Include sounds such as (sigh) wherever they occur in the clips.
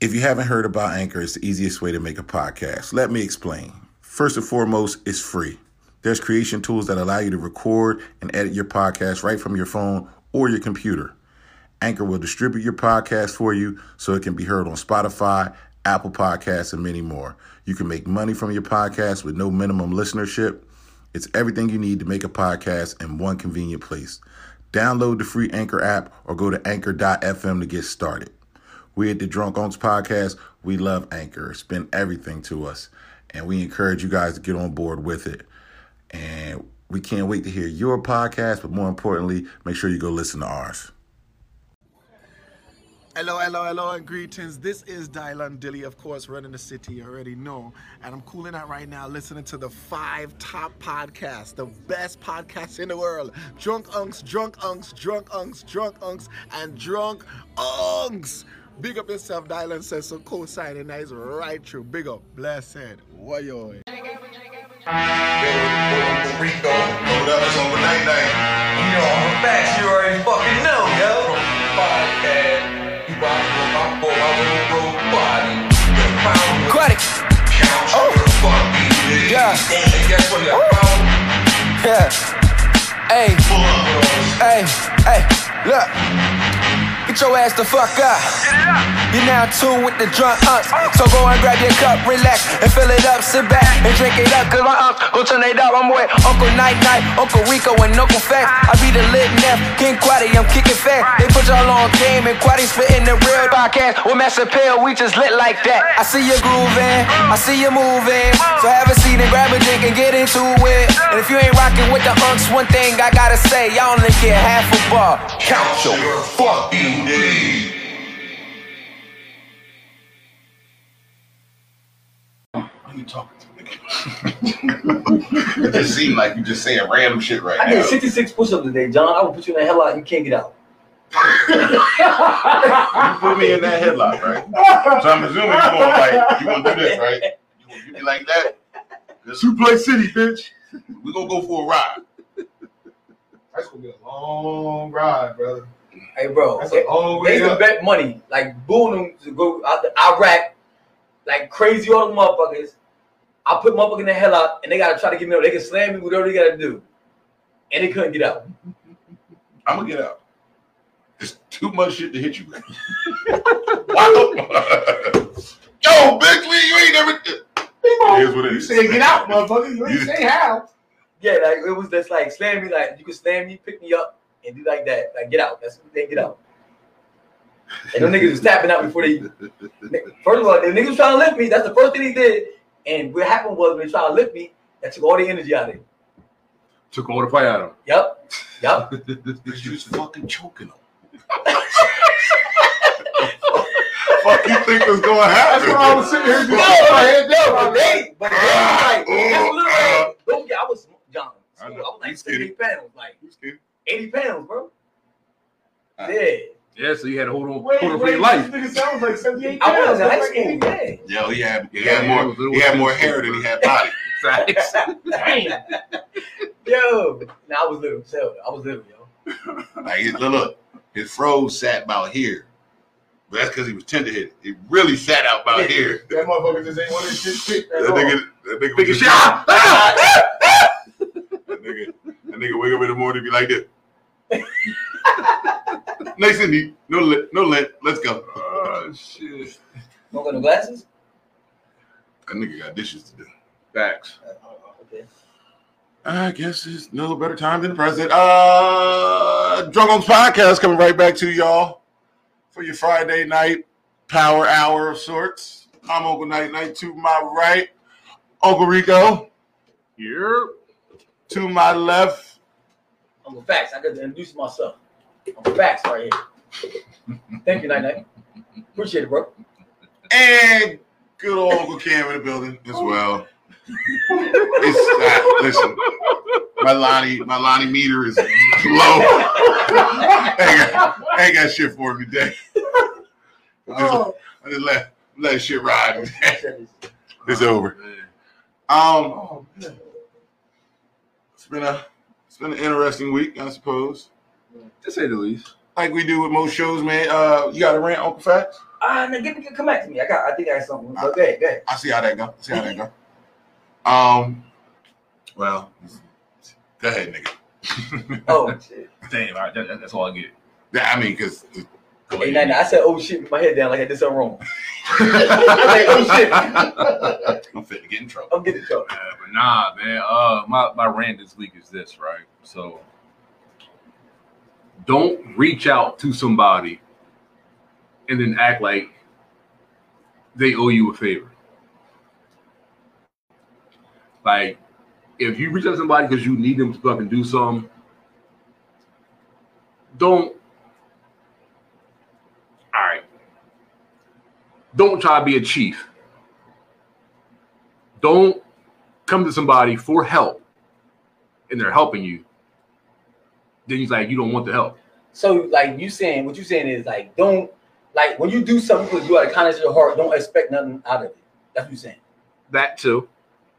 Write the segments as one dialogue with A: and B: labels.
A: If you haven't heard about Anchor, it's the easiest way to make a podcast. Let me explain. First and foremost, it's free. There's creation tools that allow you to record and edit your podcast right from your phone or your computer. Anchor will distribute your podcast for you so it can be heard on Spotify, Apple Podcasts, and many more. You can make money from your podcast with no minimum listenership. It's everything you need to make a podcast in one convenient place. Download the free Anchor app or go to anchor.fm to get started. We at the Drunk Onks Podcast, we love Anchor. It's been everything to us, and we encourage you guys to get on board with it. And we can't wait to hear your podcast, but more importantly, make sure you go listen to ours.
B: Hello, hello, hello, and greetings. This is Dylan Dilly, of course, running the city, you already know. And I'm cooling out right now listening to the five top podcasts, the best podcasts in the world Drunk Unks, Drunk Unks, Drunk Unks, Drunk Unks, and Drunk Unks. Big up yourself, Dylan says so co signing. That is right true. Big up, blessed. Wayo.
C: Rico. Hold up, it's on night night.
D: You know all the facts, you already fucking know, yo.
C: Podcast. You rock with my boy, my little bro body. Get found with
D: Aquatic.
C: count oh. your fucking dick.
D: Yeah.
C: And guess what? I found
D: Yeah. Hey,
C: one.
D: hey, hey, look. Get your ass the fuck up. You're now tuned with the drunk unks. So go and grab your cup, relax, and fill it up, sit back, and drink it up. Cause my unks go turn it up. I'm with Uncle Night Night, Uncle Rico, and Uncle Fat. I be the lit neff, King Quaddy, I'm kicking fat. They put y'all on game, and Quaddy's fitting the real podcast. With Master Pill, we just lit like that. I see you grooving, I see you moving. So have a seat and grab a drink and get into it. And if you ain't rocking with the unks, one thing I gotta say, y'all only get half a bar.
C: Count your fucking dick. It just seemed like you just saying random shit right
E: I did
C: now.
E: 66 push-ups today, John. I will put you in a headlock. You can't
C: (laughs)
E: get out.
C: Put me in that headlock, right? So I'm assuming you gonna like you gonna do this, right? You gonna be like that? Two play city, bitch. We gonna go for a ride.
F: That's gonna be a long ride, brother.
E: Hey, bro.
F: That's
E: They,
F: a long
E: they
F: way
E: used to
F: up.
E: bet money. Like, booing them to go out to Iraq. Like, crazy all the motherfuckers. I put motherfucker in the headlock, and they got to try to get me out. They can slam me, whatever they got to do. And they couldn't get out.
C: I'm gonna get out. There's too much shit to hit you with. Wow. Yo, Big Lee, you ain't never. Here's what it
F: You
C: is.
F: say get out, motherfucker. You ain't say how.
E: Yeah, like, it was just like, slam me. Like, you could slam me, pick me up, and do like that. Like, get out. That's what they get out. And them niggas was tapping out before
C: (laughs)
E: they First of all, the niggas was trying to lift me. That's the first thing he did. And what happened was when he tried to lift me, that took all the energy out of him.
G: Took all the fight out of
E: Yep. Yep.
C: Because you was fucking choking him.
A: (laughs)
C: Fuck you think was gonna
F: That's
C: happen?
F: why I was sitting here just
E: No,
F: my head down.
E: but they, but they uh, was like, that's literally, don't get, I was, John,
C: I
E: I,
C: know.
E: was
C: You
E: like
C: skinny.
E: 70 pounds, like
C: You scared?
A: Uh,
E: 80 pounds, bro.
C: Uh,
E: yeah.
G: Yeah, so you had to hold on,
F: Wait,
G: hold on for
F: wait,
G: your life.
F: This nigga sounds like 78
E: I was
F: pounds.
E: in high
F: That's like
E: school,
F: 80 pounds.
E: yeah.
C: Yo, he had, he
G: Yeah,
C: had
G: he
C: more
G: was little
C: he had
G: too
C: more
G: small.
C: hair than he had body.
G: Facts.
F: (laughs)
E: (laughs) Yo. Nah, I was little, so I was little, yo.
C: Like his, look, look, his fro sat about here. But that's because he was tender headed. It really sat out about here.
F: That motherfucker just ain't want his shit picked
C: That
F: at all.
C: nigga, that nigga was
G: Big
C: just-
G: shit. Ah, ah,
C: That nigga, that nigga wake up in the morning and be like this. Next thing you, no lint, no lint, let's go.
G: Oh, shit.
E: Don't got no glasses?
C: That nigga got dishes to do.
G: Facts.
E: Okay.
C: I guess it's no better time than the present. Uh, Drunk Oaks Podcast coming right back to y'all for your Friday night power hour of sorts. I'm Uncle Night Night to my right, Uncle Rico
G: You're
C: to my left.
E: I'm a fax. I got to introduce myself. I'm a fax right here. Thank you, Night Night. Appreciate it, bro. (laughs)
C: and good old Uncle Cam in the building as well. It's, uh, listen, my Lonnie, my Lonnie meter is low. I, ain't got, I ain't got shit for him today. I just, I just let let shit ride. it's
A: Oh,
C: over. Um,
F: Oh, man.
C: it's been a it's been an interesting week, I suppose.
G: To say the least.
C: Like we do with most shows, man. Uh, you got a rant, Uncle Facts?
E: ah, now get, get, come back to me. I got, I think I got something. But go ahead, go ahead.
A: I see how that go. See how that go. Um, well, go ahead, nigga.
E: Oh (laughs) shit.
G: Damn, all right, that, that- that's all I (laughs) get.
A: Yeah, I mean, because
E: Hey, nah, nah, I said, oh shit, with my head down like I did something wrong. oh,
A: I'm fit to get in trouble.
E: I'm getting trouble.
G: Uh, but nah, man. Uh, my my rant this week is this, right? So, don't reach out to somebody and then act like they owe you a favor. Like, if you reach out to somebody because you need them to fucking do something, don't. All right. Don't try to be a chief. Don't come to somebody for help and they're helping you, then he's like, you don't want the help.
E: So like you saying, what you saying is like, don't like when you do something because you out of kindness of your heart, don't expect nothing out of it. That's what you saying.
G: That too.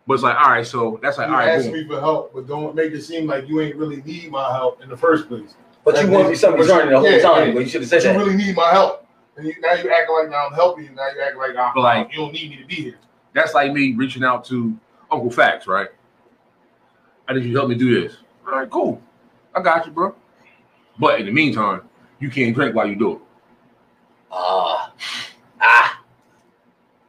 G: But it's like, all right, so that's like,
H: You
G: all right,
H: asked
G: boom.
H: me for help, but don't make it seem like you ain't really need my help in the first place.
E: But you
H: That
E: want to be
H: means-
E: something
H: but you-
E: concerning the whole
H: yeah,
E: time,
H: yeah.
E: but you should have
H: But
E: said
H: you
E: that.
H: really need my help. And you, now you acting like now I'm helping you. Now you acting like, nah,
G: But like-
H: you don't need me to be here.
G: that's like me reaching out to Uncle Facts, right? I need you to help me do this. All right, cool. I got you, bro. But in the meantime, you can't drink while you do it.
E: Ah, ah,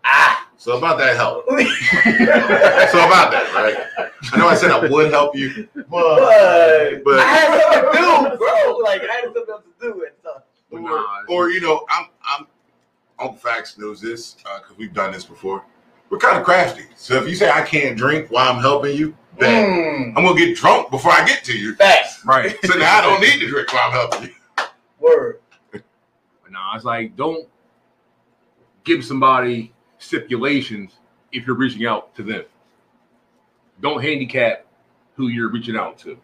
E: ah.
A: So about that help.
E: (laughs)
A: So about that, right? I know I said I would help you,
H: But
E: But,
A: But-
E: I had something to do,
A: (laughs)
E: bro. Like I had something else to do and stuff.
A: or,
G: Nah.
A: or you know, I'm I'm Uncle Facts knows this because we've done this before. We're kind of crafty, so if you say I can't drink while I'm helping you, then
E: Mm,
A: I'm gonna get drunk before I get to you.
E: facts.
G: Right.
A: So now I don't need to drink while I'm helping you.
E: Word.
G: But nah, it's like don't give somebody stipulations if you're reaching out to them. Don't handicap who you're reaching out to.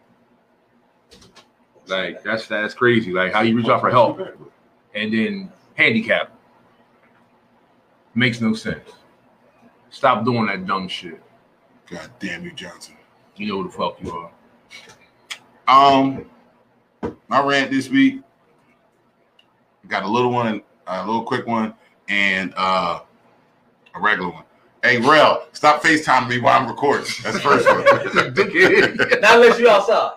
G: Like that's that's crazy. Like how you reach out for help and then handicap makes no sense. Stop doing that dumb shit.
A: God damn you, Johnson.
G: You know who the fuck you (laughs) are.
A: Um, my rant this week got a little one, a little quick one, and uh, a regular one. Hey, Rel, stop FaceTiming me while I'm recording. That's the first one.
E: Not unless you outside.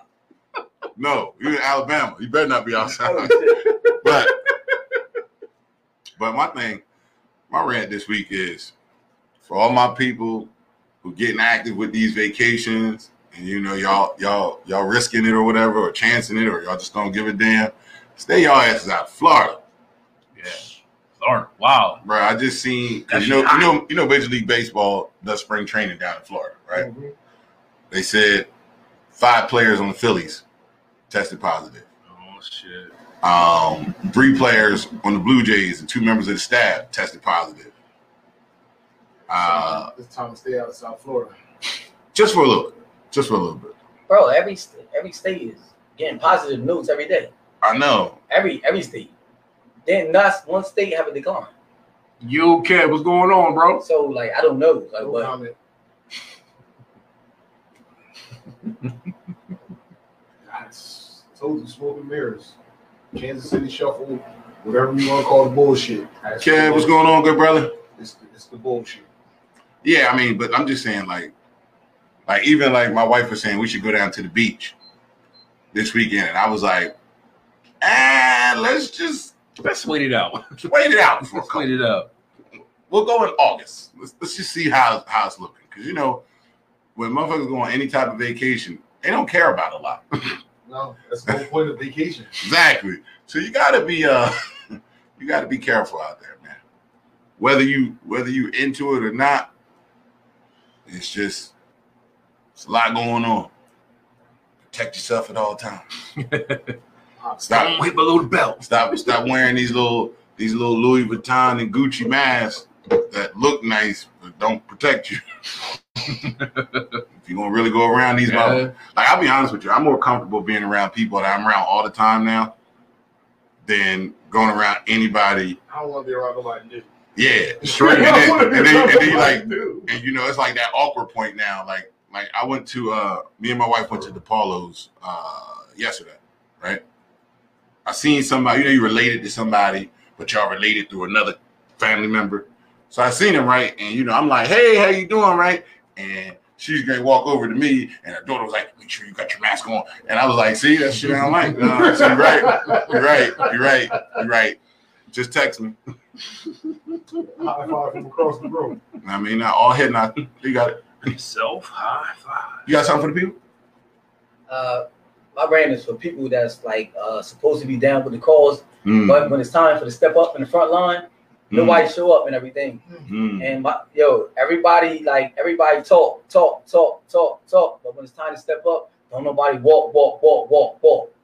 A: no, you're in Alabama. You better not be
E: (laughs) Oh,
A: outside.
E: shit.
A: (laughs) But but my thing, my rant this week is for all my people who getting active with these vacations and you know y'all y'all y'all risking it or whatever or chancing it or y'all just don't give a damn. Stay y'all asses out. Florida,
G: Yeah. Lord, wow.
A: bro. I just seen 'cause
G: That's
A: you know you
G: not-
A: know you know Major League Baseball does spring training down in Florida, right?
E: Mm-hmm.
H: Mhm.
A: They said five players on the Phillies tested positive.
G: Oh shit.
A: Um, three players on the Blue Jays and two members of the staff tested positive. Uh,
H: it's time to stay out of South Florida.
A: just for a little, just for a little bit.
E: bro. Every st- every state is getting positive news every day.
A: I know.
E: Every every state. Then not one state have a decline.
G: You okay? What's going on, bro?
E: So like I don't know. Like
H: No
E: what?
H: comment. I s- told you, smoke and mirrors. Kansas City Shuffle, whatever you want to call the bullshit. That's
A: Kev,
H: the
A: what's
H: bullshit.
A: going on, good brother?
H: It's the, it's the bullshit.
A: Yeah, I mean, but I'm just saying, like, like even like my wife was saying, we should go down to the beach this weekend, and I was like, ah, let's just
G: Let's wait it out.
A: wait it out for a
G: Let's
A: couple
G: wait it out.
A: we'll go in August. Let's, let's just see how how it's looking. Because you know, when motherfuckers go on any type of vacation, they don't care about a lot.
H: (laughs) No, that's the whole point of vacation.
A: exactly. So you gotta be uh (laughs) you gotta be careful out there, man. Whether you whether you into it or not, it's just it's a lot going on. Protect yourself at all times.
H: (laughs)
G: Don't
A: Stop
G: hit below the belt.
A: stop stop wearing these little these little Louis Vuitton and Gucci masks that look nice but don't protect you. (laughs) if you're gonna really go around these motherfuckers.
G: Yeah.
A: Like I'll be honest with you, I'm more comfortable being around people that I'm around all the time now than going around anybody.
H: I don't want to be around nobody new.
A: Yeah,
H: (laughs) I
A: straight. And
H: don't
A: then,
H: wanna be
A: and then,
H: around
A: and then you
H: nobody
A: like,
H: new.
A: and you know, it's like that awkward point now. Like, like I went to uh, me and my wife went to DePaulo's uh, yesterday, right? I seen somebody. You know, you related to somebody, but y'all related through another family member. So I seen him right, and you know I'm like, hey, how you doing, right? And she's gonna walk over to me, and her daughter was like, make sure you got your mask on. And I was like, see, that's shit I don't like. No, so you're right, you're right, you're right, you're right. Just text me.
H: High five from across the room.
A: I mean, not all head, not you got it.
G: Self high five.
A: You got something for the people?
E: Uh, my brand is for people that's like uh, supposed to be down with the cause,
A: Mm.
E: but when it's time for the step up in the front line, nobody show up and everything.
A: Mm.
E: And my, yo, everybody like everybody talk, talk, talk, talk, talk. But when it's time to step up, don't nobody walk, walk, walk, walk, walk.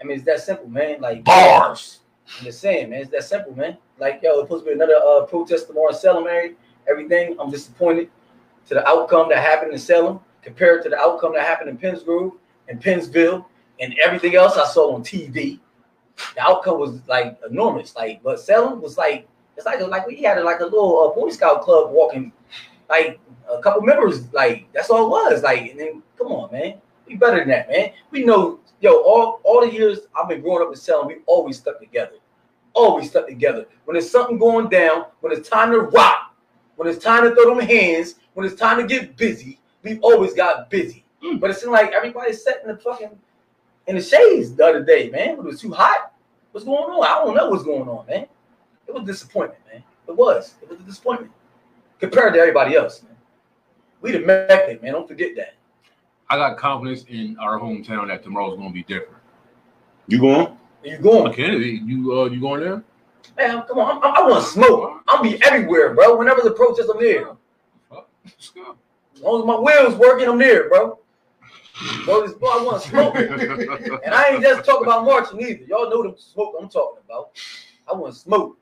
E: I mean, it's that simple, man. Like
A: Bars.
E: I'm just saying, man. It's that simple, man. Like yo, it's supposed to be another uh, protest tomorrow in Salem, Mary. Everything. I'm disappointed to the outcome that happened in Salem compared to the outcome that happened in Pennsgrove and Pennsville and everything else I saw on TV. The outcome was like enormous. Like, but Salem was like it's like like we had like a little uh, Boy Scout club walking, like a couple members. Like that's all it was. Like, and then come on, man, we better than that, man. We know, yo, all all the years I've been growing up in Salem, we always stuck together, always stuck together. When there's something going down, when it's time to rock, when it's time to throw them hands, when it's time to get busy, we always got busy. But it seemed like everybody's sat in the fucking in the shades the other day, man. It was too hot. What's going on? I don't know what's going on, man. It was a disappointment, man. It was. It was a disappointment compared to everybody else, man. We the Mecca, man. Don't forget that.
G: I got confidence in our hometown that tomorrow's gonna be different.
A: You going?
E: Where you going?
G: Kennedy, you uh, you going there?
E: Man, come on. I'm, i want to smoke. I'll be everywhere, bro. Whenever the protest, I'm there.
G: Fuck, let's (laughs) go.
E: As long as my wheels working, I'm there, bro. Bro, this boy, I want to smoke.
G: (laughs)
E: And I ain't just talking about marching either. Y'all know the smoke I'm talking about. I want to smoke.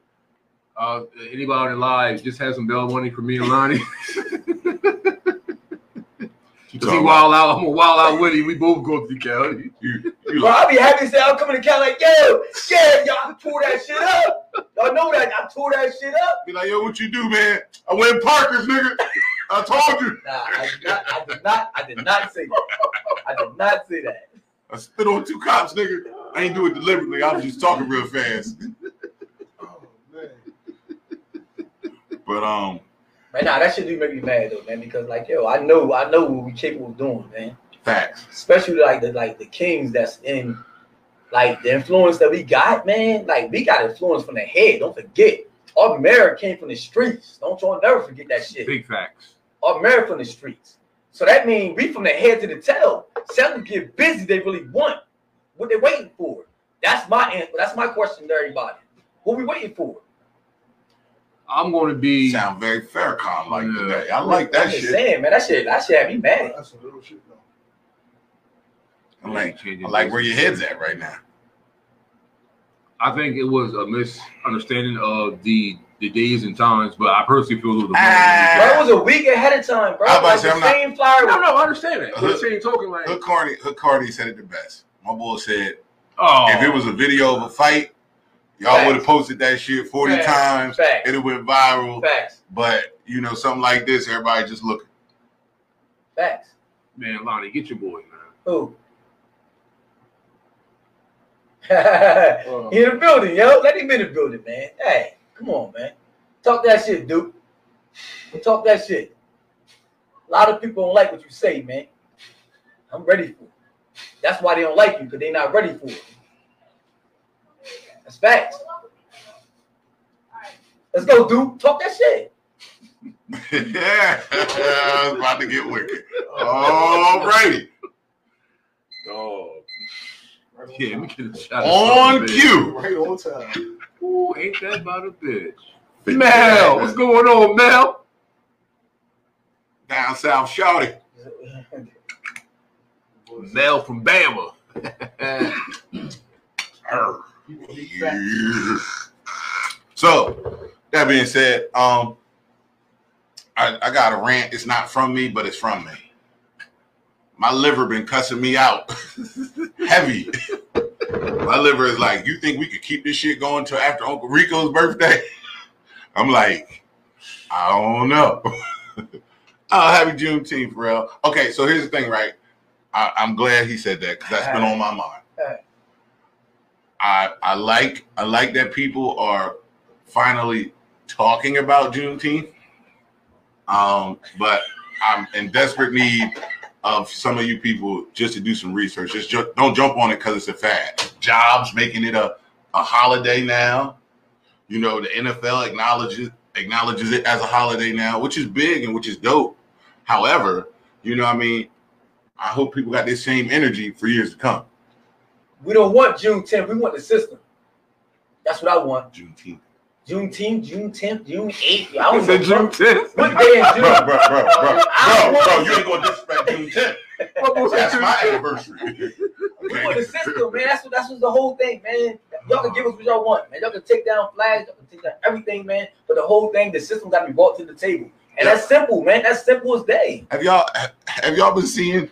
G: Uh, anybody live just have some bell money for me and Lonnie. (laughs)
A: You
G: Cause he
A: talking about-
G: wild out. I'm a wild out with him. We both go to the county.
A: you- you
E: Bro,
A: like-
E: I'll be happy to say I'm coming to Cal like, yo, yeah, y'all tore that shit up. Y'all know that I tore that shit up.
A: Be like, yo, what you do, man? I went Parkers, nigga. I told you.
E: Nah, I did not. I did not. I did not say that. I did not say that.
A: I spit on two cops, nigga. I ain't do it deliberately. I was just talking real fast.
H: Oh man.
A: But um,
E: Right now, that shit do make me mad though, man. Because like, yo, I know, I know what we capable of doing, man.
A: facts. (laughs)
E: Especially like the like the kings that's in, like the influence that we got, man. Like we got influence from the head. Don't forget, our mayor came from the streets. Don't y'all never forget that shit.
G: Big facts.
E: Our mayor from the streets. So that means we from the head to the tail. Something get busy. They really want what they waiting for. That's my answer. That's my question to everybody. What we waiting for?
G: I'm going to be.
A: Sound very Farrakhan like
G: Yeah.
A: today. I like
E: I'm
A: that
E: just
A: shit.
E: saying, man, that shit, that shit had me mad.
H: That's some real shit though.
A: I like, I like where your head's at right now.
G: I think it was a misunderstanding of the the days and times, but I personally feel a little.
E: Bro,
A: Ah.
E: it was a week ahead of time, bro.
A: I'm about to
E: Like
A: say,
E: the
A: I'm not-
E: same flyer.
G: no, no, I understand that. But
A: Uh-huh.
G: the same token, like,
A: Hook Carney, Hook Carney said it the best. My boy said,
G: oh,
A: if it was a video of a fight, y'all
E: Facts.
A: would have posted that shit 40
E: Facts.
A: times.
E: Facts.
A: It would went viral.
E: Facts.
A: But, you know, something like this, everybody just looking.
E: Facts.
G: man, Lonnie, get your boy, man.
E: Who? (laughs) he in the building, yo. Let him in the building, man. Hey, come on, man. Talk that shit, dude. Talk that shit. A lot of people don't like what you say, man. I'm ready for it. That's why they don't like you, because they're not ready for it. That's facts. Let's go, dude. Talk that shit.
A: yeah, I was about to get wicked. All righty.
G: Dog.
H: Right
G: Yeah, let
H: on
G: me
H: time.
G: get a shot. of
A: On
G: something,
A: cue.
H: Right on time.
G: bitch. Ooh, ain't that about a bitch? Mel, what's going on, Mel?
A: Down south shouting.
G: Mel from
A: (laughs)
G: Bama.
A: So that being said, um, I, I got a rant. It's not from me, but it's from me. My liver been cussing me out, (laughs) heavy. My liver is like, you think we could keep this shit going till after Uncle Rico's birthday? (laughs) I'm like, I don't know. (laughs) oh, happy Juneteenth, bro. Okay, so here's the thing, right? I, I'm glad he said that because that's been on my mind. I I like I like that people are finally talking about Juneteenth. Um, but I'm in desperate need of some of you people just to do some research. Just ju- don't jump on it because it's a fad. Jobs making it a, a holiday now. You know, the NFL acknowledges acknowledges it as a holiday now, which is big and which is dope. However, you know, what I mean, I hope people got this same energy for years to come.
E: We don't want June 10th. We want the system. That's what I want.
A: Juneteenth,
E: Juneteenth, June 10th, June 8th. (laughs) I
G: I
E: don't know.
G: said June 10th.
E: What day in
A: bro, bro,
E: June?
A: bro, bro, bro,
E: (laughs) I
A: bro,
E: want-
A: bro. You ain't gonna disrespect Juneteenth. That's my anniversary.
E: We want the system, man. That's what that's what the whole thing, man. Y'all can give us what y'all want, man. Y'all can take down flags, y'all can take down everything, man. But the whole thing, the system got to be brought to the table, and
A: Yeah.
E: that's simple, man. That's simple as day.
A: Have y'all have y'all been seeing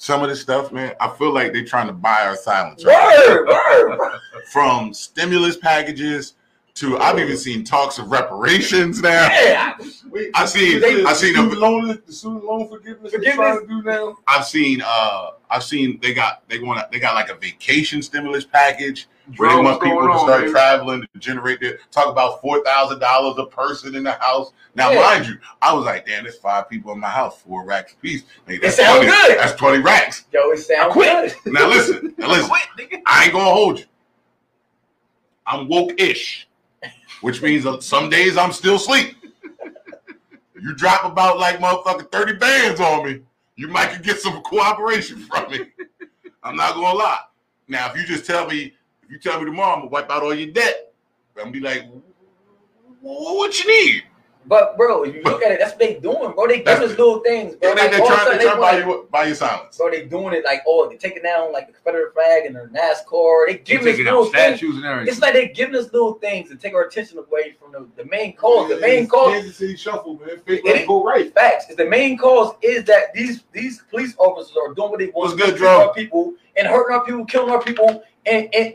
A: some of this stuff, man? I feel like they're trying to buy our silence right
E: Word, word.
A: now. from stimulus packages to I've even seen talks of reparations now. (laughs)
E: Yeah, (laughs)
A: I seen
E: They-
A: I seen a,
H: loan, the student loan forgiveness. they're
E: Forgiveness?
H: trying to do now.
A: I've seen uh I've seen they got they want to they got like a vacation stimulus package where they
G: Drugs
A: want people
G: going
A: to
G: on,
A: start
G: baby.
A: traveling to generate their talk about four thousand dollars a person in the house. Now,
E: Yeah.
A: mind you, I was like, damn, there's five people in my house, four racks apiece. Nigga, that's
E: sound
A: 20,
E: good.
A: That's twenty racks.
E: yo, it sounds
A: Quit.
E: good.
A: Now listen, now listen. I ain't gonna hold you. I'm woke-ish, which means uh, some days I'm still asleep. You drop about like motherfucking 30 bands on me, you might could get some cooperation from me. I'm not gonna lie. Now, if you just tell me, if you tell me tomorrow, I'm gonna wipe out all your debt. I'm gonna be like, "Wh- what you need?
E: But bro, if you look at it, that's what they doing, bro. They
A: That's-
E: giving us little things, bro.
A: And they,
E: Like,
A: they're
E: all of a
A: trying,
E: sudden,
A: they're trying to
E: wanna-
A: buy you, buy you silence.
E: So they doing it like, oh, they taking down like the Confederate flag and the NASCAR. They
G: They
E: giving us
G: taking out
E: little things.
G: statues and
E: It's
G: everything.
E: like they're giving us little things to take our attention away from the, the main cause. The main cause,
H: Kansas City Shuffle, man. Fake
E: It
H: left,
E: ain't-
H: go right.
E: facts, is the main cause is that these these police officers are doing what they want
A: What's
E: to
A: good,
E: do to our
A: Drum?
E: people and hurting our people, killing our people, and and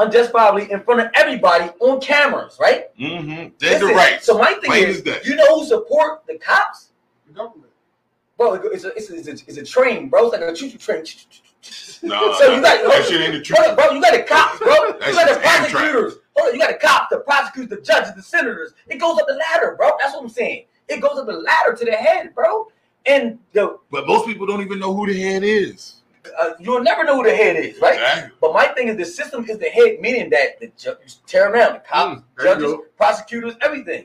E: unjustifiably in front of everybody on cameras, right?
A: Mm-hmm. They're the
E: Listen,
A: right.
E: So my thing
A: Plain
E: is,
A: as day.
E: you know who support the cops?
H: The government.
E: Bro, it's a, it's a, it's a, it's a train, bro. It's like a choo-choo train.
A: Nah,
E: so you got,
A: that shit ain't the truth.
E: Hold on, bro, you got the cops, bro.
A: That
E: you got the
A: shit's Amtrak.
E: prosecutors. Hold on, you got the cops, the prosecutors, the judges, the senators. It goes up the ladder, bro. That's what I'm saying. It goes up the ladder to the head, bro. And the
A: But most people don't even know who the head is.
E: uh, you'll never know who the head is, right?
A: Exactly.
E: But my thing is the system is the head, meaning that the ju- you tear them down, the cops,
G: Mm, there you
E: judges,
G: go.
E: prosecutors, everything.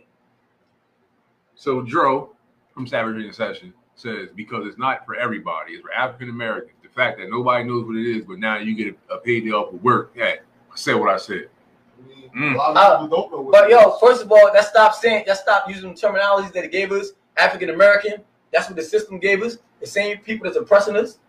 G: So Dro from Savage in Session says because it's not for everybody, it's for African Americans. The fact that nobody knows what it is, but now you get a, a paid day off of work. Yeah, I said what I said.
H: I mean,
G: Mm.
H: A lot of
E: Uh,
H: people don't know what
E: But
H: it is.
E: yo, first of all, that stop saying that stop using terminologies that it gave us. African American, that's what the system gave us. The same people that's oppressing us.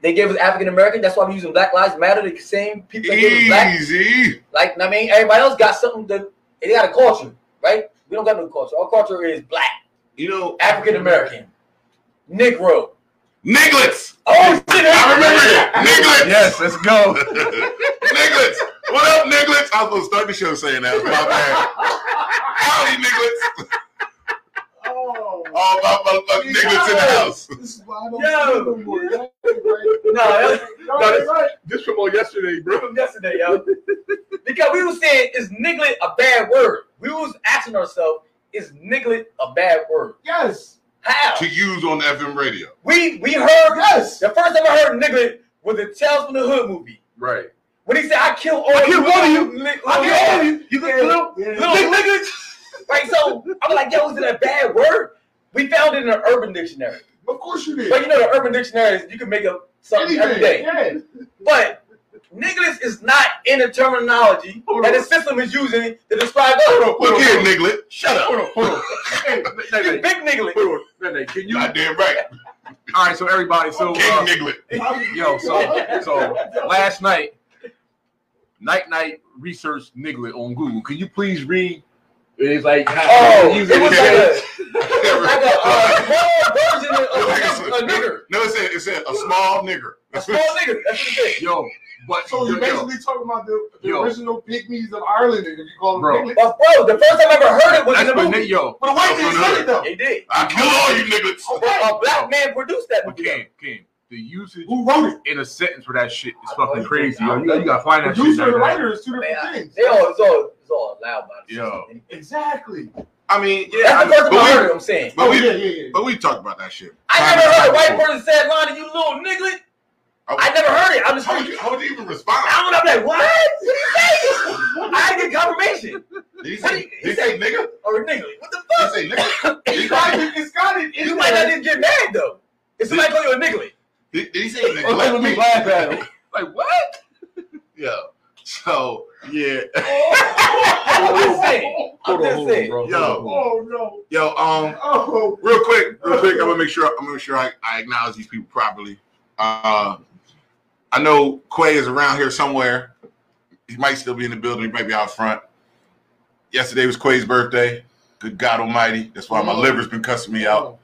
E: They gave us African American. That's why we're using Black Lives Matter. The same people that gave us black.
A: Easy.
E: Like I mean, everybody else got something that they got a culture, right? We don't got no culture. Our culture is black,
A: You know,
E: African American, Negro.
A: Niglets.
E: Oh shit!
A: I remember it. Niglets.
I: Yes, let's go.
A: Niglets. What up, Niglets? I was going to start the show saying that. My bad. Howdy, Niglets.
H: Oh,
A: All my motherfucking Niglets in the house.
H: this is why I don't
E: Yo. (laughs)
H: see them no more. Y'all ain't right.
E: No, that was-
H: Y'all
E: no,
H: ain't right.
G: This from on yesterday, bro.
E: from yesterday, yo. because we was saying is nigglet a bad word. We was asking ourselves, is nigglet a bad word?
H: Yes.
E: How?
A: To use on FM radio.
E: We we heard
H: Yes.
E: the first time I heard nigglet was the Tales from the Hood movie.
G: Right.
E: When he said, I kill all
I: I kill one of you.
E: Li-
I: I get all of you. You
E: Yeah.
I: little, little,
H: Yeah.
I: niggas.
E: Right, so I'm like, yo, is it a bad word? We found it in an urban dictionary.
H: Of course you did.
E: But you know, the urban dictionary is you can make up something every day.
H: Yeah.
E: But nigglet is not in the terminology that the system is using to describe us.
A: Look here, Niglet. Shut up.
G: Hold on, hold on. Hey,
E: (laughs)
G: hey,
E: You
G: hey,
E: big nigglet.
G: hold on. Hey, hey, Can you?
A: God damn right.
G: All right, so everybody, so
A: King
G: uh,
A: Niglet.
G: (laughs) yo, so so last night, night night research niglet on Google. Can you please read? It's like
E: Oh, it
G: you-
E: was like a, it was like a
C: (laughs)
A: It
E: uh, small version of,
A: was
G: (laughs)
E: of,
A: like
E: a nigger,
A: No, it said, it said a small nigger.
E: a small nigger. That's what it is.
G: yo, but
H: So you're
G: yo,
H: basically talking about the, the
G: Yo.
H: original pygmies of Ireland, if you call them
G: Bro.
H: piglets.
E: But bro, the first time I ever heard it was in
G: that's
E: the
G: what
E: movie.
G: ni- yo.
H: But the white man said it though.
E: They did.
A: I kill all you Niglets.
E: A black man produced that
G: But
E: movie.
G: Cam, Cam, the usage
A: Who wrote it?
G: in a sentence for that shit is
E: I know
G: fucking
E: you
G: crazy.
E: think-
G: Yo, you, got- you gotta find that shit.
A: Producer and
G: like that.
A: writer is two different
E: Man,
A: things.
E: They all, it's all, it's all loud about it.
G: Yo.
A: Exactly.
C: I mean, yeah,
E: That's
C: I
E: the first
C: know,
E: time I
C: but,
E: heard
C: we,
E: it, I'm saying.
C: But
A: Oh,
C: we-
A: yeah, yeah, yeah.
C: but we talked about that shit.
E: I never heard a white person say, Lonnie, you little nigglet. I never heard it. I'm just,
C: How would you, how would you even respond?
E: I don't know, I'm like, what? What did he
A: (laughs)
E: say? I didn't get confirmation.
C: Did he
E: What
C: say,
E: did
C: did
E: he
C: he say nigga?
E: Or nigglet. What the
C: Did
E: fuck?
C: he say nigga?
E: (laughs)
C: Did he, say-
A: It's got it in
E: You might not even get mad, though. If somebody call you a nigglet.
C: did, did he say
A: there. Let me
C: nigga?
A: laugh at him.
G: Like what?
C: Yeah. So, yeah.
E: (laughs) I'm just saying. I'm just
H: Hold on, hold on,
E: saying.
H: bro.
C: Yo.
A: Oh no.
C: Yo, um,
A: Oh.
C: real quick, real quick, I'm gonna make sure I'm gonna make sure I, I acknowledge these people properly. Uh, I know Quay is around here somewhere. He might still be in the building. He might be out front. Yesterday was Quay's birthday. Good God Almighty! That's why my liver's been cussing me out.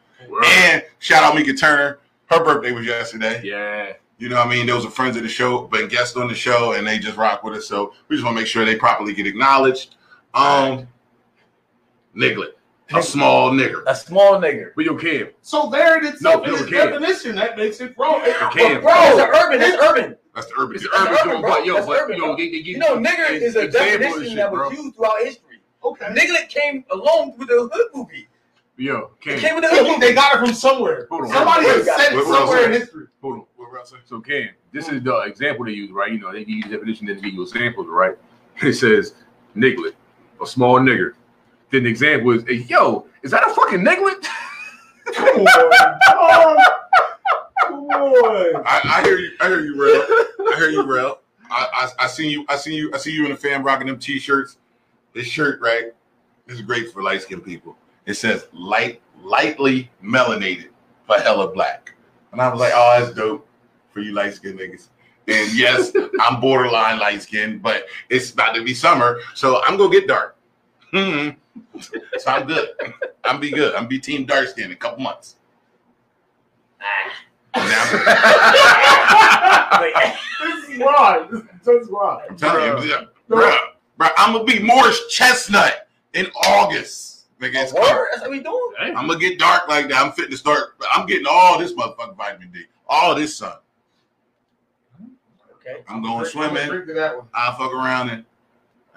C: And shout out Mika Turner. Her birthday was yesterday.
G: Yeah.
C: You know what I mean? Those are friends of the show, been guests on the show, and they just rock with us. So we just want to make sure they properly get acknowledged. Um, Niglet, a small nigger.
E: A small nigga.
G: But yo, Cam,
H: So there it is. No,
G: No,
H: in its
G: you can't.
H: definition, that makes it wrong. It-
G: You can't.
H: Bro,
E: Bro, it's an urban. It's urban.
C: That's the urban.
E: It's
C: the
E: the
C: urban.
E: urban.
G: doing
E: bro.
G: what? Yo,
E: That's
G: but
E: urban,
G: yo,
E: bro.
G: they, they give
E: You know, nigger is a
G: example and
E: definition
G: shit,
E: that
G: bro.
E: was used throughout history.
H: okay.
E: Niglet came along with the hood movie.
G: Yo,
E: It
G: Cam,
E: came with the hood
H: They- They
E: movie.
H: got it from somewhere.
G: hold on.
H: Somebody
E: Where
H: has
E: we got
C: it?
H: said it
C: Where- where
H: somewhere
C: was
H: in
C: it?
H: history.
G: Hold on. So, Cam, this is the example they use, right? You know, they give you definition, then they give you examples, right? (laughs) It says niglet, a small nigger. Then the example is, hey, yo, is that a fucking niglet? (laughs)
H: Come on. Come on.
C: I, I hear you. I hear you, real. I hear you,
E: (laughs)
C: real. I, I I see you. I see you. I see you in the fam rocking them t-shirts. This shirt, right? This is great for light skinned people. It says light, lightly melanated, but hella black. And I was like, oh, that's dope for you light skinned niggas. And yes, I'm borderline light skinned, but it's about to be summer, so I'm gonna get dark. Hmm. (laughs) so I'm good. I'm be good. I'm be team dark skin in a couple months. Now-
E: Like,
H: This is why. This is just why.
C: I'm telling you, yeah. bruh, bruh, I'm gonna be Morris Chestnut in August. Nigga, it's coming.
E: Word? That's what we doing?
C: I'm gonna get dark like that. I'm fitting to start. I'm getting all this motherfucking vitamin D, all this sun.
E: Okay.
C: I'm going
H: Drink-
C: swimming.
H: Drink to that one.
C: I fuck around and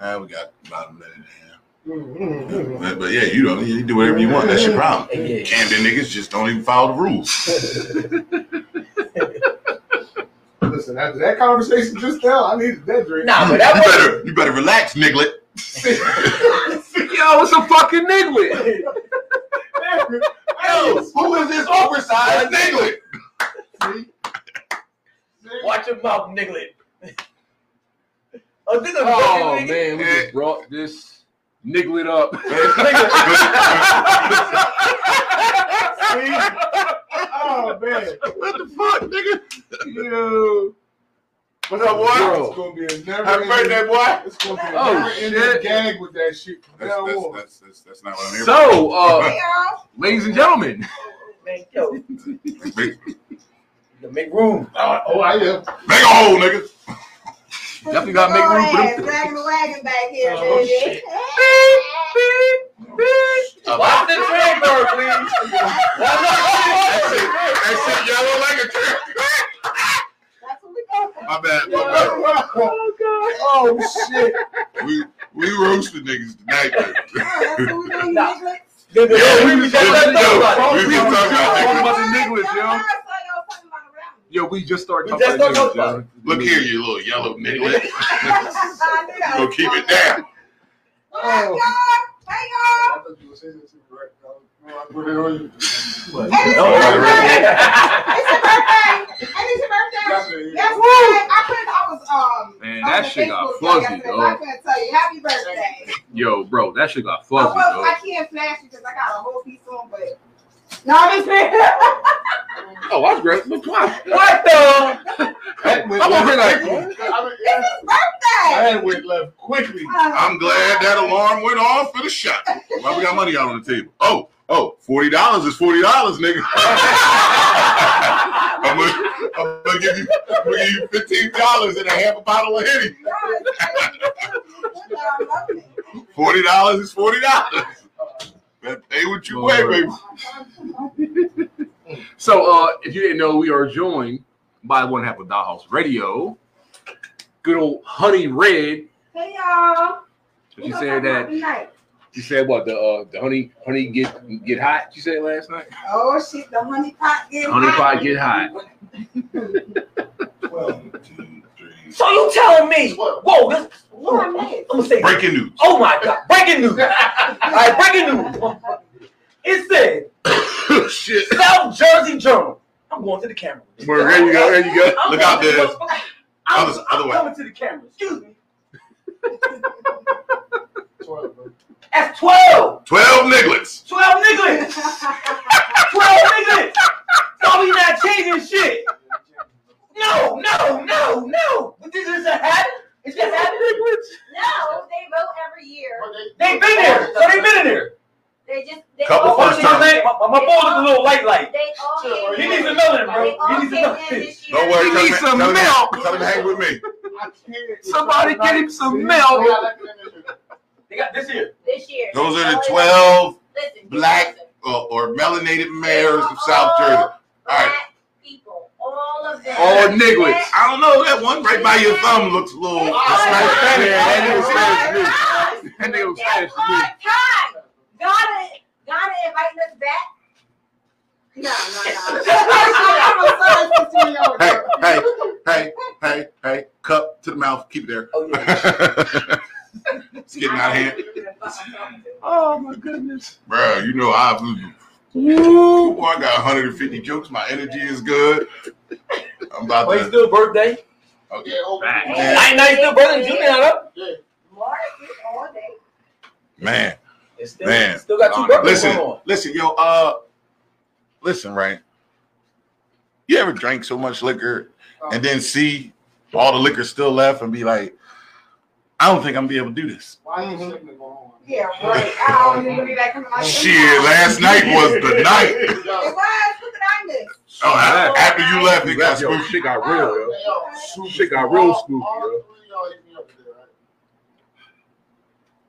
C: uh, we got about a minute and a half.
H: Mm-hmm.
C: But, but yeah, you don't. You do whatever you want. That's your
H: (laughs)
C: problem.
E: Hey, yeah.
C: Camden niggas just don't even follow the rules.
H: Listen, after that conversation just now, I needed that
E: (laughs)
H: drink.
E: Nah,
C: you
E: but that was
C: better, you better relax, Niglet.
G: yo, it's a fucking
H: (laughs)
G: niglet.
C: Yo, who is this oversized Niglet?
E: watch your mouth, niglet. Oh, this is a
G: Oh
E: fucking nigga.
G: man, we just brought this niglet
C: (laughs)
G: up.
H: Oh, man.
C: what the fuck, nigga?
G: yo.
C: What's up,
H: It's
C: boy?
H: going to be a never
C: Happy birthday,
H: ending,
C: boy.
H: it's gonna be a
G: Oh,
H: never ending
G: shit.
H: gag with that shit. from
C: That's,
H: now
C: that's,
H: on.
C: that's, that's, that's not what I'm here
G: So,
C: (laughs)
G: uh, ladies and gentlemen,
E: Man, yo,
C: for. Make,
E: make room.
H: Oh, oh, I am.
C: make a hole, nigga.
G: definitely gotta make room for them.
J: Dragging the wagon back here,
H: Oh,
J: baby.
E: Watch the train door, please.
H: (laughs)
C: That shit yellow like a turd.
J: That's what we go for.
G: (laughs)
C: My bad, my
H: Oh, God. Oh, shit.
C: bad. We, we roasted niggas tonight, baby.
J: Oh, that's what we do, you
E: Nah.
J: niggas.
E: Yo, we
C: we
E: was just
C: just-
E: talking about
C: we
E: it.
C: was talking about niggas.
G: about the niggas, yo.
J: (laughs)
G: Yo, we just started
E: We
G: talking
E: just
G: about
E: started
G: niggas, yo.
C: Look here, you little yellow nigga. Go
J: Go
C: keep it down.
J: Hang on.
G: Oh,
J: It's your birthday. And it's your birthday. That's right. I couldn't, I was, um,
G: Man,
J: on
G: that
J: the
G: shit got
J: Facebook
G: fuzzy,
J: yesterday, so I
G: dog.
J: couldn't tell you. Happy birthday.
G: Yo, bro, that shit got
J: I,
G: fuzzy,
J: was,
G: dog.
J: I can't flash because I got a whole piece on, but. No, I'm just saying.
G: Oh, that's great. Look, come on.
J: (laughs)
E: What the?
H: That went
G: I'm over here
H: left
G: like,
H: quickly. I mean,
J: It's his birthday.
H: That went left quickly.
J: Ah.
C: I'm glad that alarm went off for the shot. Why we got money out on the table? Oh, oh, $40 is $40, nigga. (laughs) I'm gonna, I'm gonna give you, I'm gonna give you fifteen dollars and a half a bottle of Henny. Forty dollars is forty dollars. Pay what you weigh, baby.
G: So, uh, if you didn't know, we are joined by one half of Dollhouse Radio. Good old Honey Red.
J: Hey y'all.
G: She said that.
J: Night.
G: She said what the uh, the honey honey get get hot. She said last night.
J: Oh shit, the honey pot getting
G: Honey
J: hot.
G: pot get hot.
E: (laughs) So you telling me? Whoa, this. Whoa,
J: What I (laughs)
E: I'm, I'm
J: missed?
E: gonna say.
A: Breaking news.
E: Oh my God! Breaking news. All right, breaking news. It said (laughs)
A: Shit.
E: South Jersey Journal. I'm going to the camera.
A: Word, there you go. There you
E: (laughs)
A: go.
E: I'm
A: Look out
E: going to
A: there.
E: the- I'm,
A: Other-
E: I'm
A: other way.
E: coming to the camera. Excuse me.
H: Twelve, bro.
E: That's 12.
A: Twelve nigglets.
E: 12 niggas. 12 niggas. No, we not changing shit. No, no, no, no. But this is a habit. It's just happening.
J: No, they vote every year.
E: They've been there. So they've been in there. Oh,
J: They just they
A: Couple
J: all
E: My phone
A: first
E: is
A: time.
E: lit. My, my phone is a little light light.
J: they all
E: He needs to know that, bro.
J: They all
E: He needs to
J: came
E: know
J: in
E: this.
J: this year.
A: Don't worry.
G: He
A: tell him-
G: needs some
A: tell him-
G: milk.
A: Tell him to hang with me.
H: I can't.
G: Somebody get him some
H: See,
G: milk.
H: you know I like that energy.
E: They got this here.
J: This year.
A: Those are the
J: Only-
A: twelve
J: listen,
A: black
J: listen.
A: uh, or melanated mayors of
J: All
C: (laughs)
A: South Jersey.
J: Black
A: right.
J: people, all of them.
G: All niggas.
A: I don't know that one right by your thumb looks a little.
J: It's
A: that's
J: hard
A: not
J: times.
A: Spanish.
G: Yeah,
A: That
G: that
A: is Spanish.
G: is
J: It's hard times.
G: That nigga was
J: It's
G: fast to me.
J: hard times. Gotta, gotta invite us back. No, no, no. (laughs)
A: Hey, hey, hey, hey, hey! Cup to the mouth. Keep it there.
E: Oh, yeah.
A: it's getting out of hand,
G: Oh my goodness.
A: bro. You know I've. Woo, boy, I got 150 jokes. My energy is good. I'm about
E: But it's
A: to.
E: still birthday.
A: Oh,
H: Yeah, over
G: Back.
A: Yeah.
E: Night night still birthday. Junior up.
J: Mark is all day.
A: man,
E: It's still,
A: Man.
E: still got two birthdays
A: listen,
E: going on.
A: listen, yo. Uh, listen, right. You ever drank so much liquor and then see all the liquor still left and be like, I don't think I'm gonna be able to do this.
H: Why is Shepard going on?
J: Yeah, right. I don't need to be back in my
A: Shit, last night was the night.
C: (laughs)
J: It was. Look at I missed.
A: Oh, a- after you left, it got
G: Yo,
A: spooky.
G: shit got real. Yo.
J: Oh,
H: Yo,
G: Shit got real
H: all-
G: spooky,
H: All
G: yo.
H: three of y'all hit me up today, right?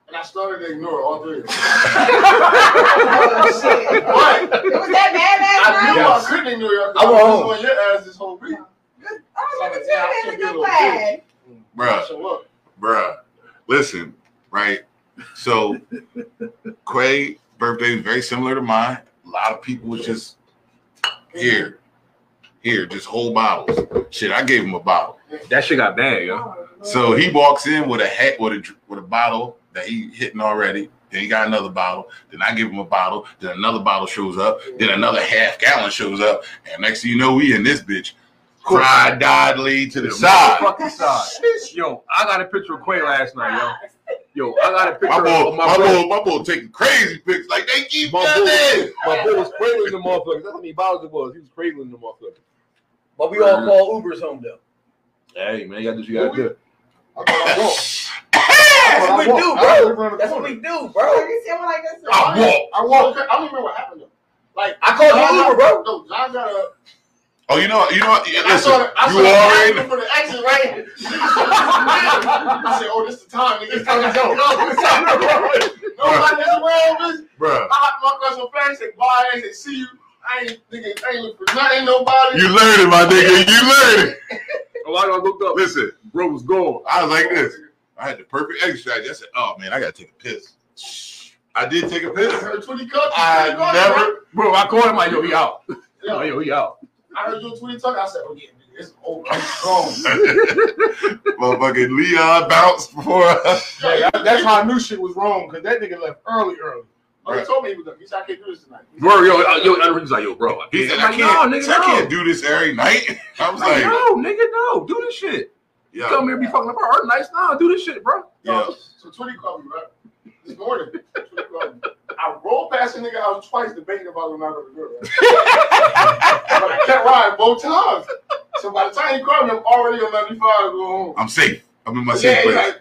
H: And I started to ignore all three of them.
J: Oh, shit.
H: Right.
J: It was that bad
H: I
J: last
H: knew
J: night?
H: I couldn't ignore y'all. 'cause
E: I'm
H: I've been
E: home.
H: on your ass this whole week.
J: Oh, look at you. That's a good plan.
A: Bruh,
H: So look,
A: bruh. Listen, right? So, Quay's birthday is very similar to mine. A lot of people was just here, here, just whole bottles. Shit, I gave him a bottle.
G: That shit got bad, yo.
A: So he walks in with a hat, with a dr- with a bottle that he hitting already. Then he got another bottle. Then I give him a bottle. Then another bottle shows up. Then another half gallon shows up. And next thing you know, we in this bitch. Cried, died, lead to the side.
G: Fucking side. Yo, I got a picture of Quay last night, yo. Yo, I got a picture
A: My boy,
G: of
A: my
G: my
A: boy, my boy taking crazy pics. Like they keep
G: My
A: coming.
G: My boy was cradling the motherfuckers. That's how many bottles it was. He was cradling the motherfuckers.
E: But we all call Ubers home though.
G: Hey man, you gotta do what you gotta do.
H: I thought I walked.
E: That's what we do,
H: I
E: bro.
H: live around the
E: That's what
H: corner.
E: we do,
J: Oh,
E: bro.
J: you see him like this?
A: I walk.
H: I walked. I don't remember what happened though. Like
E: I called you Uber, bro.
H: No, John got a.
A: Oh, you know, you know. yeah,
H: I
A: Listen,
H: saw. I saw
A: you
H: the
A: already.
H: driver for the exit right.
G: (laughs)
H: here. I said, "Oh, this the time. Nigga. It's time to go. No, it's time (laughs) to go. Nobody's around, bitch.
A: Bruh,
H: I hopped my cousin Flash and boy, I didn't see you. I ain't nigga, I ain't look for nothing, nobody.
A: you learned it, my nigga. You learned it.
G: Oh, I got looked up.
A: Listen,
G: Bro was gone.
A: I was like this. I had the perfect exercise. I said, "Oh man, I gotta take a piss." I did take a
H: I
A: piss.
H: heard 20 cups.
A: I
H: 20 cups,
A: never.
G: Bro, I called him like, yo, he out.
H: bro.
G: Oh,
H: Yo,
G: yo, he out.
H: I heard you on 20 talk. I said, oh, yeah, nigga, it's over. I'm
A: (laughs)
H: gone.
A: Oh, Motherfucking Leon bounced before us.
H: Yeah, that-
G: that's
H: how I knew shit was wrong, because that nigga left early, early. Oh, he
A: Right.
H: told me he was like, he said, I can't do this tonight.
G: Bro, yo, uh, yo, I was like, yo, bro. I
A: He
G: can't.
A: said,
G: I'm
A: "I
G: like,
A: can't.
G: No, nigga,
A: I
G: no.
A: can't do this every night." (laughs) I was
G: Like,
A: like,
G: no, nigga, no. Do this shit. You
A: "Yo,
G: Come here, be fucking like, bro, Earth nice. Nah, do this shit, bro.
A: yo,
H: So 20 called me, right? This morning. 20 called me. I rolled past a nigga I was twice debating about when I was a girl. Right? but I kept riding both times. So by the time he called me, I'm already on 95 going home.
A: I'm safe. I'm in my
H: Yeah,
A: safe
H: he's
A: place."
H: like,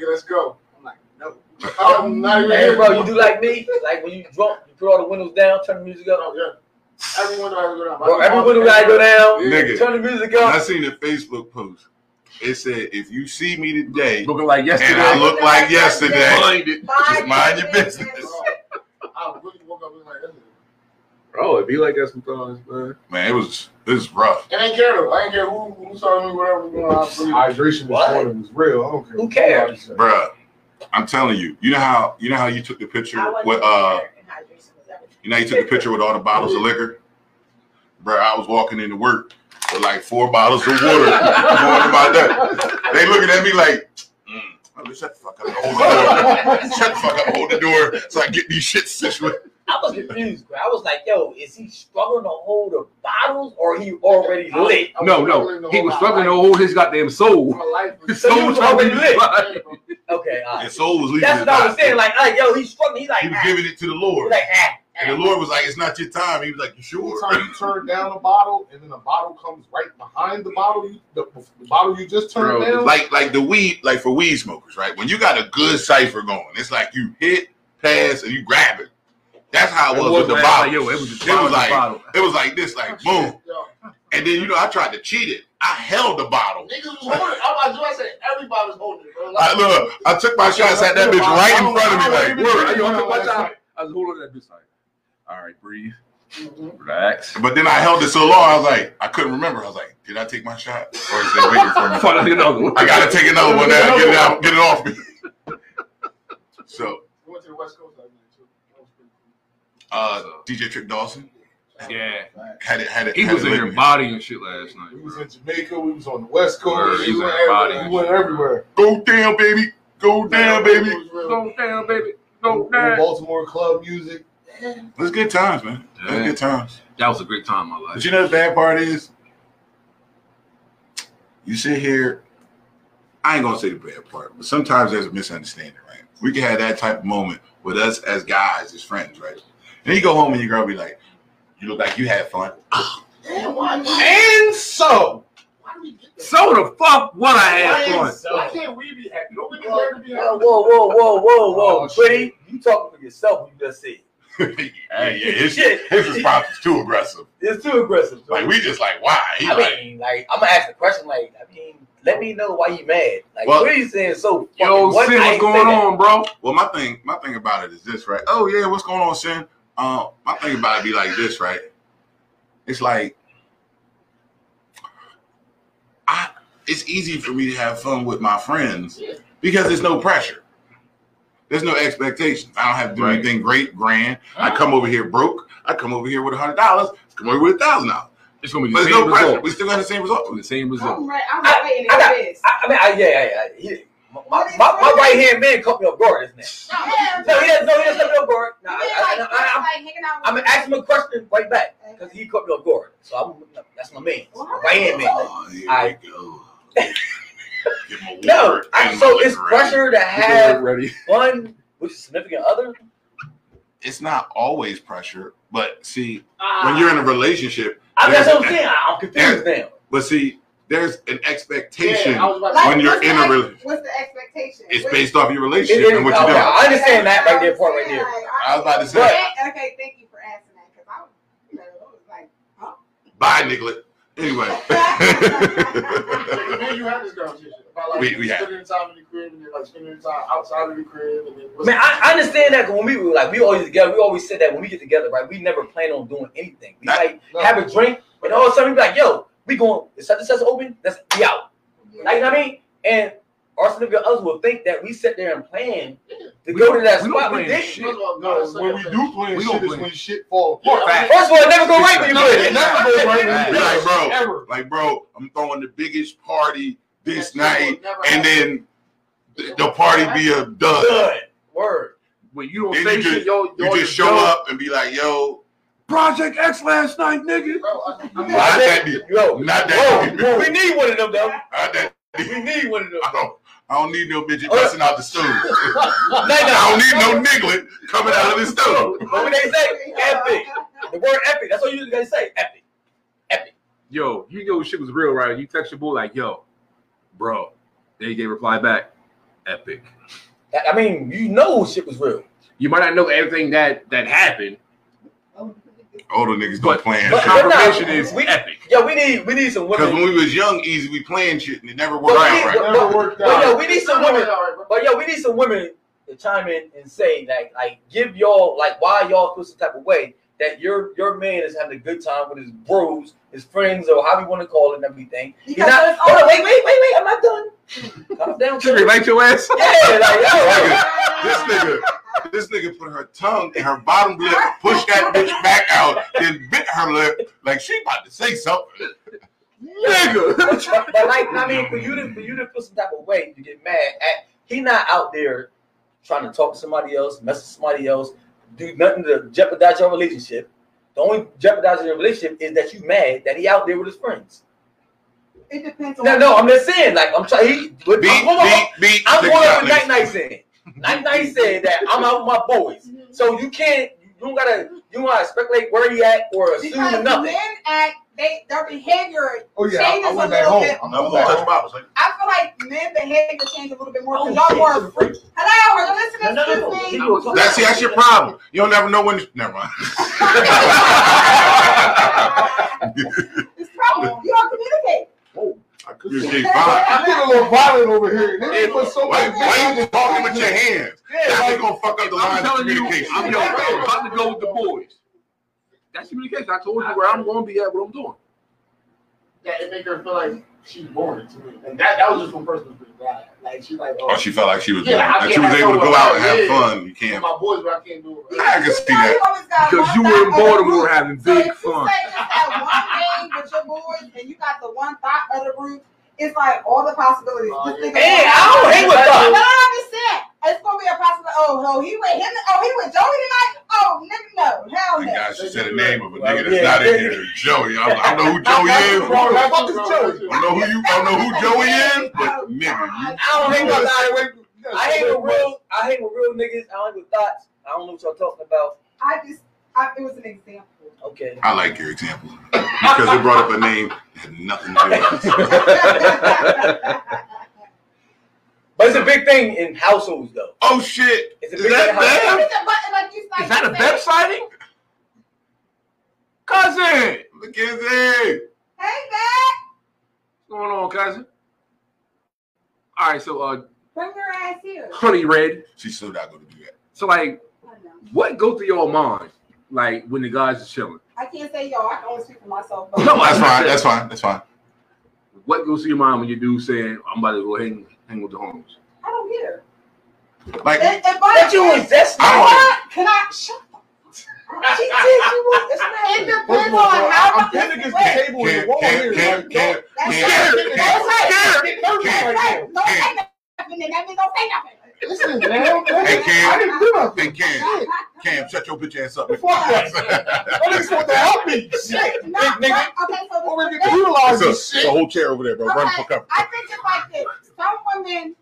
H: nigga, let's go. I'm like, no. I'm not even
E: Hey,
H: here,
E: bro, you do like me? Like when you drunk, you put all the windows down, turn the music up.
H: Oh, yeah. Every window I go down.
E: Bro, every window gotta go down.
A: Nigga.
E: Turn the music
A: And I
E: up.
A: seen a Facebook post. It said, "If you see me today
G: Looking like yesterday.
A: and I look like yesterday,
G: Mind it.
A: Just mind your business.
H: I really woke up and like,
G: Oh, it be like that sometimes, man. Man, it was it was rough.
H: And I ain't care though. I ain't care who who saw me, whatever was going on. I believe it.
A: Hydration
E: What?
A: this morning was real. I don't care.
E: Who
A: (laughs)
E: cares?
C: Bruh, I'm telling you. You know how you know how you took the picture
J: I wasn't
C: with uh
J: there and hydration was everything.
C: you know how you took the picture with all the bottles of liquor? Bruh, I was walking into work with like four bottles of water (laughs) going about that. They looking at me like mm, oh, shut the fuck up. Hold the door. Shut the fuck up. Hold the door so I get these shit situated.
E: (laughs) I was confused. Bro. I was like, yo, is he struggling to hold the bottles or he already lit?
H: I was
G: No, no,
H: struggling the
G: he
H: whole
G: was
H: lot.
G: struggling to hold his goddamn soul.
H: My life was
E: So you was already lit.
G: Right.
E: Okay, all
C: And
E: right.
C: soul was leaving.
E: That's
C: his
E: what I was
C: body.
E: saying. Like, like yo, he's struggling. He's like,
C: He was
E: ah.
C: giving it to the
E: He's
C: Lord.
E: like, ah,
C: And the Lord was like, It's not your time. He was like, You sure?
H: Anytime you turn down a bottle and then a bottle comes right behind the bottle, you, the, the bottle you just turned
G: Bro, it's
H: down.
C: like like the weed, like for weed smokers, right? When you got a good cipher going, it's like you hit, pass, and you grab it. That's how it was with the
G: like,
C: bottle.
G: yo, it was just
C: It was like-
G: like, bottle.
C: It was like this, like boom.
H: Yo,
C: And then you know, I tried to cheat it. I held the bottle.
H: niggas was holding. it. I'm like, I said everybody was holding it, bro.
C: I
H: Like,
C: look, I took my shots at that bitch right in front of me, like
G: Word, yo, I took my
H: Last
G: time.
H: night.
G: I was holding that bitch like, all right, breathe, relax.
C: But then I held it so long, I was like, I couldn't remember. I was like, did I take my shot, or is they waiting for me?
G: Fuck, I think another one.
C: I
H: (laughs)
C: gotta take another one now. Get it out. Get it off me. (laughs) So,
H: we went to the West Coast that night too. That was pretty cool.
C: uh, DJ Trick Dawson
G: Yeah,
C: had it. Had it.
G: he
C: had
G: was
C: it
G: in
C: with
G: your
C: me.
G: body and shit last night.
H: We
G: Bro.
H: was in Jamaica. We was on the West
G: Word,
H: Coast.
G: he
H: we,
G: was
H: went
G: in the body.
H: everywhere. we went everywhere.
C: Go down, baby. Go down, baby.
H: It was real.
G: Go down, baby. Go down.
H: Baltimore club music.
C: It's good times, man.
G: Yeah.
C: It's good times.
G: That was a great time in my
C: But
G: life.
C: you know the bad part is, you sit here. I ain't gonna say the bad part, but sometimes there's a misunderstanding, right? We can have that type of moment with us as guys, as friends, right? And then you go home and your girl be like, "You look like you had fun."
H: Damn, why? Why
G: And so,
H: do we get that?
G: so the fuck what I had
H: Why
G: fun.
H: is- Why can't we be happy? Don't we deserve to be happy?
E: Whoa, whoa, whoa, whoa, whoa,
H: Oh,
E: pretty. You talking for yourself? when You just said
C: yeah, yeah, his,
E: Shit.
C: his response is too aggressive.
E: it's too aggressive. bro.
C: Like we just like, why? He
E: I
C: like,
E: mean, like I'm gonna ask the question. Like, I mean, let me know why you mad. Like,
C: Well-
E: what are you saying? So,
G: Yo,
E: fucking what?
G: Sid,
E: I
G: what's
E: ain't say
G: going
E: that.
G: on, bro?
C: well, my thing, my thing about it is this, right? Oh yeah, what's going on, Sin? Uh, my thing about it be like this, right? It's like, I. It's easy for me to have fun with my friends because there's no pressure. There's no expectations. I don't have to do
G: Right.
C: anything great, grand. I come over here broke. I come over here with a hundred dollars. Come over here with a thousand dollars.
G: It's gonna be the
C: But there's
G: same
C: no pressure.
G: result.
C: We still got the same result.
G: The same result.
J: I'm right. I'm right waiting at this.
E: I, I mean, I, yeah, yeah, yeah. He, my, my, my right hand man caught me off guard this man.
J: (laughs) Yeah,
E: No, he doesn't. No, he
J: yeah,
E: doesn't cut me off guard. No, I,
J: yeah,
E: I, I,
J: like,
E: I,
J: like hanging out with
E: I'm, I'm gonna ask him a question right back because he caught me off guard. So I'm, that's my man. Right hand man.
C: Oh, here
E: I-
C: we go. Get my
E: No,
C: word
E: I,
C: and
E: so
C: my
E: it's
C: liquor ready.
E: pressure to have
H: (laughs)
G: ready.
E: fun with your significant other.
C: it's not always pressure, but see, when you're in a relationship,
E: I, that's
C: there's-
E: what I'm saying. I'm confused now.
C: but see, there's an expectation
H: Yeah, I was about to
J: Like,
C: when you're
J: what's
C: in
J: the
C: a
J: ex-
C: relationship.
J: What's the expectation?
C: It's
J: What-
C: based off your
E: It
C: relationship
E: is,
C: and what
E: okay,
C: you're doing.
E: I understand that right there, part right
J: Yeah,
E: there.
J: like,
C: I was about to say.
J: But- okay, thank you for asking that because I was, you know, it was like,
C: Bye, Nicolette. Anyway.
H: Me and you had this conversation about like
C: We- we had.
H: spending time in the crib and then like spending time outside of the crib and then what's-
E: Man, I, I understand that 'cause when we were like we always together, we always said that when we get together, right? We never plan on doing anything. We
C: That-
E: like
H: no.
E: have a drink, and all of a sudden we be like, "Yo, we going is such and such open? Let's be out."
J: yeah.
E: Like you know what I mean? And our significant others will think that we sit there and plan to
G: We
E: go
G: don't-
E: to that
G: we don't
E: spot. We
G: plan
E: didn't.
G: shit.
H: First of all,
A: No,
H: no,
A: when we do plan
G: We
A: shit,
G: don't
A: is
G: plan.
A: when shit fall
H: Yeah,
A: apart.
H: I mean,
E: First of all, it never go right when you
G: No,
E: plan.
G: it never go right when
C: Be
G: you
C: like, bro,
A: Ever.
C: like, bro, I'm throwing the biggest party this
H: that shit will
C: night,
H: never
C: and
H: happen.
C: then the the party be a dud.
E: Good word.
G: When you don't
C: Then
G: say
C: you
G: shit,
C: just-
G: yo,
C: You just show up and be like, yo,
G: Project X last night, nigga.
H: Bro, I-
C: not that deep.
E: Yo,
C: Not that deep.
E: whoa, we need one of them though.
C: Not that
E: We need one of (laughs) them.
C: I don't, I don't need no bitch
E: Oh, yeah.
C: busting out the stove.
E: No, no.
C: I
E: (laughs)
C: don't need no nigglet coming out of the stove.
E: What would they say?
J: (laughs)
E: Epic. The word epic. That's what you guys say. Epic.
G: Yo, you know shit was real, right? You text your boy like, yo, bro. Then he get reply back, epic.
E: I I mean, you know shit was real.
G: You might not know everything that that happened,
C: Older niggas don't
G: but
C: plan
G: the
E: but-
C: shit.
E: but-
G: confirmation
E: no,
G: is
E: we-
G: epic.
E: Yeah, we need we need some
C: Because
E: women.
C: when we was young, easy, we planned shit and it never
E: But
C: worked out
E: we-
C: right.
E: but-
H: never worked
E: but
H: out.
E: yo, we need some
H: Never
E: women.
H: worked out, right, bro?
E: But yo, we need some women to chime in and say like like give y'all like why y'all feel some type of way that your your man is having a good time with his bros, his friends, or however you want to call it and everything. He's
J: Because
E: not,
J: it's
E: hold on,
J: all-
E: oh, wait, wait, wait, wait. I'm not done. Calm down.
G: Should
E: Terry.
G: relate your ass.
E: Yeah, (laughs) like, yo,
C: This nigga, this nigga put her tongue in her bottom lip, pushed that bitch back out, then bit her lip like she about to say something. Nigga,
E: but, but like, I mean, for you to for you to feel some type of way, to get mad at he not out there trying to talk to somebody else, mess with somebody else, do nothing to jeopardize your relationship. The only jeopardizing your relationship is that you mad that he out there with his friends.
J: It depends on.
E: No, no, I'm just saying, like I'm trying. He,
C: beat, beat, beat. nigga,
E: I'm going
C: y'all
E: up
C: niggas.
E: with Night Night saying. Night Night said that I'm out with my boys,
J: Mm-hmm.
E: so you can't, you don't gotta, you want to speculate where he at or
J: Because
E: assume
J: men
E: nothing.
J: act, they their behavior
B: Oh yeah, I,
J: changes
B: I
J: a
B: went back
J: little
B: home.
J: bit.
B: I'm
C: I'm
B: going
C: gonna
B: back
C: touch
B: home.
C: my- I was like,
J: I feel like men behavior change a little bit more.
E: Oh,
J: Cause y'all
E: shit.
J: were free. Hello, are you listening
E: No, no, no.
J: to me?
C: (laughs)
E: Keep going.
C: That's see, that's your problem. You don't never know when. Never mind.
J: (laughs) It's problem. You don't communicate.
C: You see, fine.
B: I get
J: (laughs)
B: a little violent over here. They put so
C: Why,
B: much.
C: why you talking with your hands?
G: Yeah,
C: That's
G: like,
C: gonna fuck up the
G: I'm
C: line of
G: telling you,
C: communication.
G: I'm, yo, I'm about to go with the boys. That's communication. I told you where I'm going to be at, what I'm doing.
B: That it make her feel like she's boring to me, and that that was just one person's guy. Like she's like, oh,
C: Oh, she felt like she was
B: Yeah, I
C: born. That she
B: can't
C: was able to
B: have
C: go out and
B: no
C: have
B: idea.
C: fun. You
B: with
C: can't.
B: my boys, but I can't do it.
C: I can see
J: You know
C: that.
J: you always got
G: Because
J: one
G: you
J: guy
G: were in
J: on the
G: Baltimore
J: group.
G: having
J: So
G: big
J: if you
G: fun.
J: say just that one thing with your boys and you got the one thought of the group, it's like all the possibilities.
B: Oh,
J: This
B: yeah.
J: nigga-
E: Hey, I don't hate with
J: No,
E: that.
J: no, I'm just saying. It's gonna be a possibility. Oh no, he with him. Oh, he with Joey tonight. Oh, nigga, no, hell
C: Thank
J: no.
C: God she said the name of a
E: Well,
C: nigga that's
E: yeah.
C: not in here. Joey. I, I know who Joey is.
B: That's
E: fuck
B: just
E: is
B: wrong.
E: Joey?
C: I don't know who you. I don't know who Joey is,
J: Oh,
C: but nigga, you.
E: I don't hate
C: (laughs)
E: with that.
B: Yeah,
E: I hate
B: so-
E: with real. I hate with real niggas. I hate with thoughts. I don't know what y'all talking about.
J: I just, I, it was an
C: (laughs)
J: example.
E: Okay.
C: I like your example because it brought up a name that had nothing to do with it.
E: But it's a big thing in households, though.
C: Oh shit!
E: It's a
C: Is
E: big
C: that
E: thing in households.
C: bad?
G: Is that a bed sighting? Cousin!
C: McKenzie.
J: Hey, Dad,
G: What's going on, cousin? All right, so uh,
J: bring your ass here.
G: honey red.
C: She's still not gonna do that.
G: So like,
J: I
C: (laughs)
J: know.
G: what go through your mind, like when the guys are chilling?
J: I can't say y'all. I can only speak for myself. But
G: No,
C: That's fine. That's fine. That's fine.
G: What goes through your mind when you do saying, "I'm about to go hang hang with the homies"?
J: I don't care.
C: Like
J: And, and by
E: But you exist.
C: I don't-
J: Can I? Shut up.
E: She said she was. It's not.
J: It depends
B: First
J: on
B: of all, bro,
J: how
B: I'm
J: the
B: pinned against the
J: person-
B: table and the
C: can't
B: wall here. Like,
C: can't can't can't
J: That's
C: can't
J: right. That's right.
C: can't
J: That's
C: can't
J: right. Don't say nothing. And that means don't say nothing.
B: Listen, man, I
C: Hey, Cam.
B: didn't do nothing.
C: can't can't Cam, shut your bitch ass up.
B: Fuck that. I just want to help me. Shit.
J: No,
B: Big nigga.
J: but- Okay, so
B: Over
J: this
B: here, utilize this
C: It's a, it's a
B: shit.
C: whole chair over there, bro. Run
J: Okay,
C: for cover.
J: I think it's like this. Some women,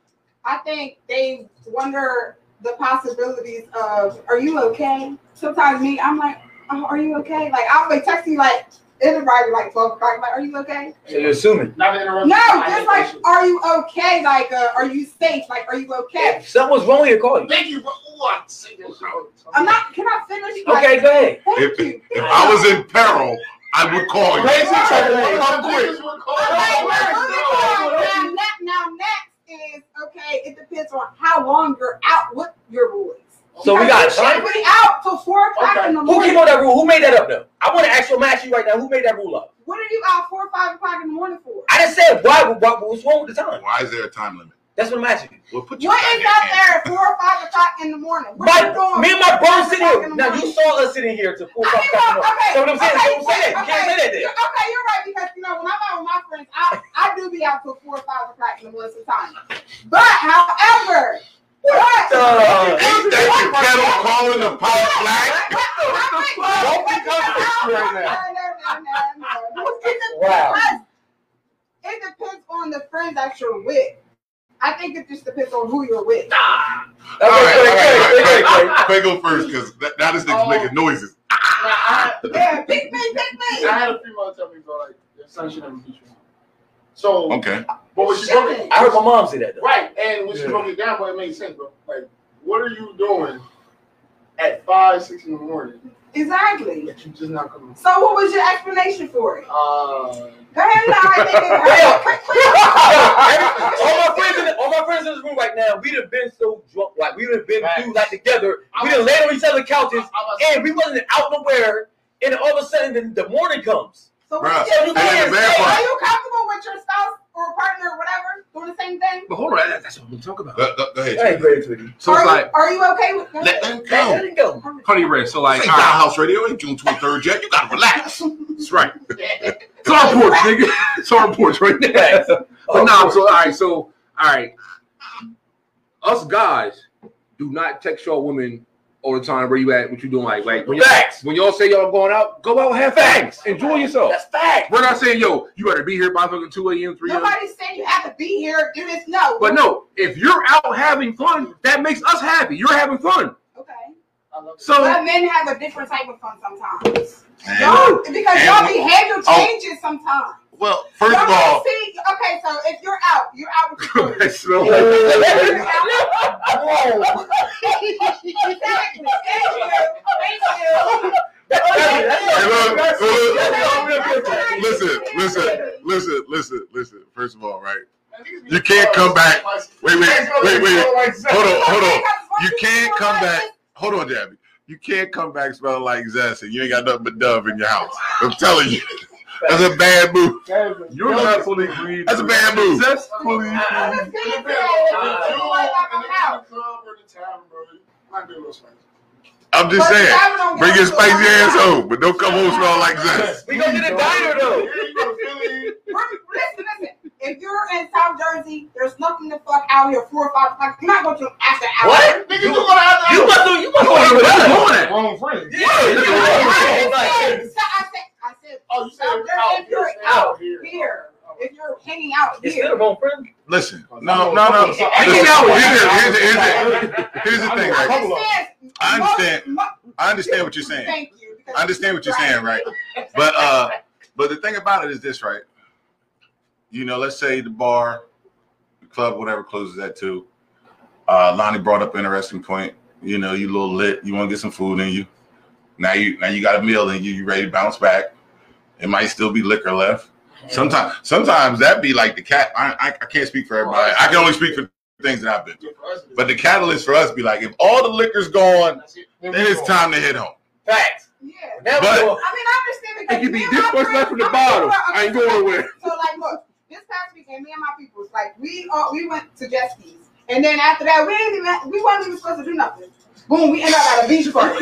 J: I think they wonder the possibilities of, are you okay? Sometimes me, I'm like, oh, are you okay? Like, I'll be texting you like, it'll probably be like 12 o'clock, like, are you okay?
E: So you're assuming.
B: Not to interrupt.
J: No,
B: I
J: just
B: hate that shit.
J: like, are you okay? Like, uh, are you safe? Like, are you okay?
E: If someone's wrong, he'll call you.
B: Thank you, bro. Ooh, I say that shit. all the time.
J: I'm not, can I finish? Like,
E: Okay, go ahead.
J: Thank
C: If,
J: you.
C: if I was in peril, I would call you.
B: Raise your
J: Hey,
B: hand.
J: hey,
B: I'm quick.
J: (laughs) Okay,
B: I'm
J: now,
B: quick.
J: moving on. Now, ne- now next is okay. It depends on how long you're out with your boys.
E: So we got
J: Because you
E: time?
J: can't be out till four o'clock
B: Okay.
J: in the
E: Who
J: morning.
E: came up with that rule? Who made that up though? I want to ask your match right now. Who made that rule up?
J: What are you out four or five o'clock in the morning for?
E: I just said why? What, what's wrong with the time?
C: Why is there a time limit?
E: That's what I'm asking.
C: Well, put your
J: What is
C: goddamn
J: out
C: hand
J: there at four or five o'clock in the morning? What
E: My,
J: are you doing
E: me and
J: four
E: my
J: or
E: bro
J: five
E: sitting
J: o'clock
E: here.
J: in the
E: Now you
J: morning?
E: saw us sitting here to four
J: I
E: o'clock.
J: mean, well, okay.
E: So what I'm saying, so what
J: okay,
E: I'm saying, you can't say that.
J: okay,
E: Then.
J: you're- Okay, you're right because you know when I'm out with my friends, I I do be out till four or five o'clock in the morning sometimes. But however, what?
E: the-
C: Ain't that your kettle calling the pot
J: (laughs)
C: black?
J: Don't
B: be confident right now.
E: Wow.
J: It depends on the friends that you're with. I think it just depends on who you're with.
E: Okay,
C: All right, all
E: wait, wait,
C: right,
E: wait,
C: all
E: wait,
C: right. Quay go first, because that, now this nigga's
B: Oh.
C: making noises.
J: Yeah, pick me, pick me.
B: I had a female tell me, bro, like, your son should never beat you. So,
C: Okay.
B: but when she broke it,
E: wait. I heard my mom say that though.
B: right, and when she broke it down, but it made sense, bro. Like, what are you doing
H: at five, six in the morning
J: Exactly.
H: that you just not gonna.
J: So what was your explanation for it?
H: Uh,
J: Go ahead and I think
E: Yeah.
J: it.
E: all my friends in the, all my friends in this room right now, we'd have been so drunk, like we'd have been
H: Facts.
E: through like together. We'd have laid on each other's couches, and we wasn't out nowhere. And all of a sudden, the, the morning comes.
H: (laughs)
J: So
A: Bruh,
J: what
E: and
J: you
E: the
J: saying?
E: bad
J: Hey,
A: part-
J: Are you comfortable with your spouse or partner or whatever doing the same thing?
G: But hold on, that- that's what I'm talking about.
A: Go- go- go ahead,
E: I ain't
A: Jay.
E: great with you.
G: So
J: are,
G: it's
J: you,
G: like,
J: are you okay with
A: Let them
E: Let
A: go.
E: it go.
G: Honey Red, so
A: This
G: like,
A: ain't
G: all right,
A: House Radio. Ain't June 23rd yet. You gotta relax. That's right.
J: (laughs)
G: it's our porch, nigga. (laughs) It's our porch right now.
E: Facts.
G: But
E: Of
G: nah,
E: course.
G: so all right, so all right. Us guys do not text y'all women all the time where you at, what you doing, like, like when y'all,
E: Facts.
G: when y'all say y'all going out, go out and have facts, enjoy yourself.
E: that's fact.
G: We're not saying yo, you better be here by fucking two a.m., three a.m.
J: Nobody's saying you have to be here. Do this. No.
G: But no, if you're out having fun, that makes us happy. You're having fun,
J: Okay.
G: so
J: But men have a different type of fun sometimes.
A: And-
J: Y'all, because
A: and
J: y'all
A: we-
J: behavior
A: oh.
J: changes sometimes.
A: well, first
J: y'all
A: of all,
J: don't see, okay, so if you're out, you're out with your
A: (laughs)
G: (laughs) that
J: crew.
G: smell like
J: You're out. Exactly. Thank you. Thank you.
A: Hey, look, look,
J: That's what I-
A: listen, listen, listen, listen, listen. First of all, right? You can't come back. Wait, wait, wait, wait. Hold on, hold on. You can't come back. Hold on, Jabby. You can't come back smelling like zest and you ain't got nothing but dove in your house. I'm telling you. That's a bad move.
G: you're not fully agreed.
A: That's a bad move.
G: Successfully.
J: I was gonna say, it's like I'm out.
A: I'm just
J: But
A: saying.
J: I don't
A: Bring
J: get
A: your
J: to
A: spicy
J: the
A: ass
J: house.
A: home, but don't come home smelling like zest.
E: We gonna get a diner though.
J: We're- Listen, listen. If you're in South Jersey, there's nothing to fuck out here four or five o'clock. You're not going to an after hours.
E: What?
H: Niggas, you gonna have to.
E: You must do. You must go to the
G: What's
H: wrong friends.
E: Yeah, you
J: I
E: right. Like,
J: said- so I said, I said,
H: Oh, you said
J: South
H: it's
J: Jersey,
H: out
J: if you're
H: here.
J: out
H: Here.
J: here, if you're hanging out
E: It's still the
J: here,
E: wrong friend.
A: Listen, no, no, no. Listen,
E: Hanging out with
A: here's, the-
E: you.
A: here's, the- here's, the- here's the thing,
J: I
A: right?
J: understand.
A: I understand.
J: Most-
A: I understand what you're saying.
J: Thank you. because
A: I understand what you're saying, right? But uh but the thing about it is this, right? You know, let's say the bar, the club, whatever closes at two. Uh Lonnie brought up an interesting point. You know, you a little lit, you wanna get some food in you. Now you now you got a meal in you, you ready to bounce back. It might still be liquor left. Sometimes sometimes that be like the cat. I, I I can't speak for everybody. I can only speak for things that I've been through. But the catalyst for us be like if all the liquor's gone, then it's time to hit home.
E: (laughs) Facts.
J: Yeah.
E: Now
A: But-
E: we go.
J: I mean, I understand because
G: It could be
J: me and my
G: this much
J: friends-
G: left from the
J: I'm gonna-
G: bottom. I ain't going nowhere.
J: So like, look, this past weekend, me and my peoples, like, we all we went to jet skis, and then after that, we didn't even we weren't even supposed to do nothing. Boom, we end up at a beach
G: (laughs)
J: party.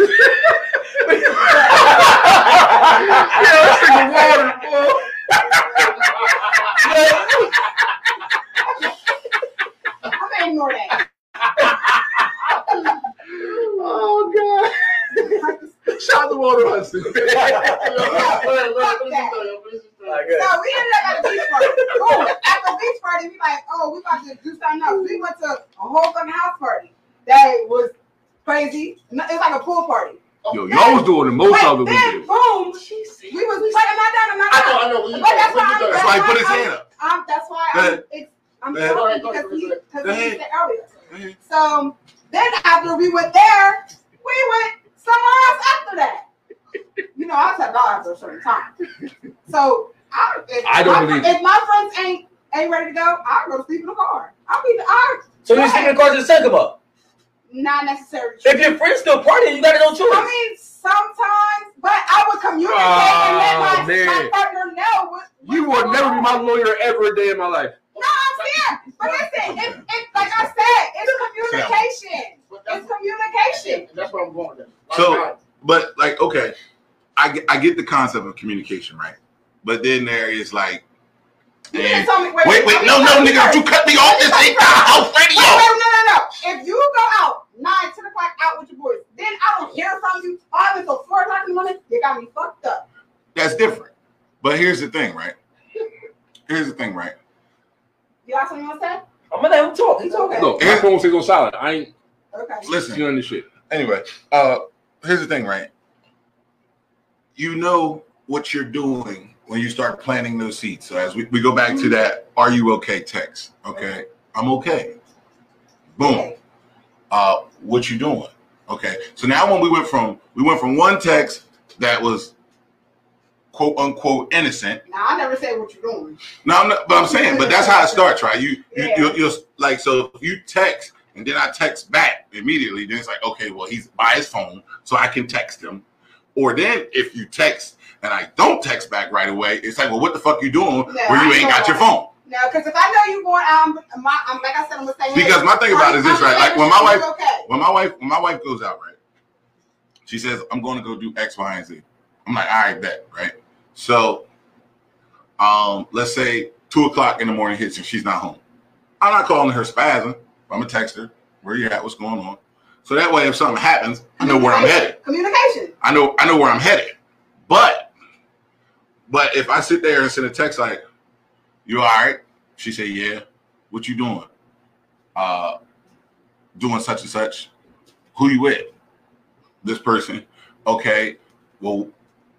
J: I'm gonna
G: (laughs)
J: ignore that.
G: Oh, Shout out to Walter Hudson.
J: Fuck that. So we ended up at a beach party. Boom, at the beach party, we like, oh, we about to do something else. We went to a whole fucking house party that was crazy. No, It's like a pool party.
G: (laughs) Yo, y'all was doing the most of it
J: But
G: we
J: then,
G: did.
J: boom, we was. Wait, am I done? Am I
H: I
J: done?
H: know, I know. When you
J: But that's why I'm-
A: That's why he put his hand up.
J: Um, that's why
A: Go
J: I'm,
A: ahead.
J: it's, I'm
A: Go ahead.
J: sorry
H: Go
J: because
H: ahead.
J: he because
A: Go
J: he
A: ahead.
J: said earlier.
A: Go ahead.
J: So then after we went there, we went somewhere else after that. You know, I was at law after a certain time. So I, if,
G: I don't
J: my,
G: believe
J: if my friends ain't ain't ready to go, I'll go to sleep in the car. I'll be I
E: So you sleep in the car to the second up.
J: not necessary.
E: If your friend's still partying, you gotta go to
J: I
E: it.
J: mean, sometimes, but I would communicate
G: Oh,
J: and let my, my
G: man.
J: partner know. What, what's
G: You will
J: going
G: never be
J: on.
G: my lawyer ever a day in my life.
J: No, I'm serious. But listen, it's, it's like I said, it's communication. It's communication.
H: That's what I'm going with.
A: So, but like, okay, I get, I get the concept of communication, right? But then there is like,
J: You
A: eh,
J: didn't tell me. Wait,
A: wait, wait,
J: let me
A: no,
J: tell
A: no,
J: you
A: nigga,
J: first.
A: you cut me off. This ain't the house
J: Wait, wait,
A: radio.
J: no, no, no. If you go out nine, ten o'clock out with your boys, then I don't hear from you all until four o'clock in the morning. You got me fucked up.
A: That's different. But here's the thing, right? Here's the thing, right?
J: You got something you want to say?
E: I'm gonna let him talk. He's okay.
G: No, my phone says on silent. I ain't
J: Okay.
A: Listen,
G: doing this shit.
A: anyway, uh, here's the thing, right? You know what you're doing when you start planting those seeds. So as we, we go back to that, are you okay text? Okay, I'm okay. Boom.
J: Okay.
A: Uh, what you doing? Okay. So now when we went from we went from one text that was quote unquote innocent.
J: Now I never say what you're doing.
A: No, I'm not, but I'm saying, but that's how it starts, right? You you you're, you're like so if you text and then I text back immediately, then it's like okay, well he's by his phone, so I can text him. Or then if you text and I don't text back right away, it's like well what the fuck you doing
J: Yeah,
A: where you
J: I
A: ain't got
J: know.
A: your phone?
J: No, because if I know you going out, I'm, my, I'm like I said, I'm gonna say hey,
A: Because my thing about it is this,
J: I'm
A: right? Like, when
J: gonna
A: my
J: say
A: wife-
J: okay.
A: When my wife when my wife goes out, right? She says I'm going to go do X, Y, and Z. I'm like all right, bet, right? So, um, let's say two o'clock in the morning hits and she's not home. I'm not calling her spasm. I'm gonna text her. Where you at? What's going on? So that way, if something happens, I know where I'm headed.
J: Communication.
A: I know I know where I'm headed. But but if I sit there and send a text like, "You all right?" She say, "Yeah." What you doing? Uh, doing such and such. Who you with? This person. Okay. Well,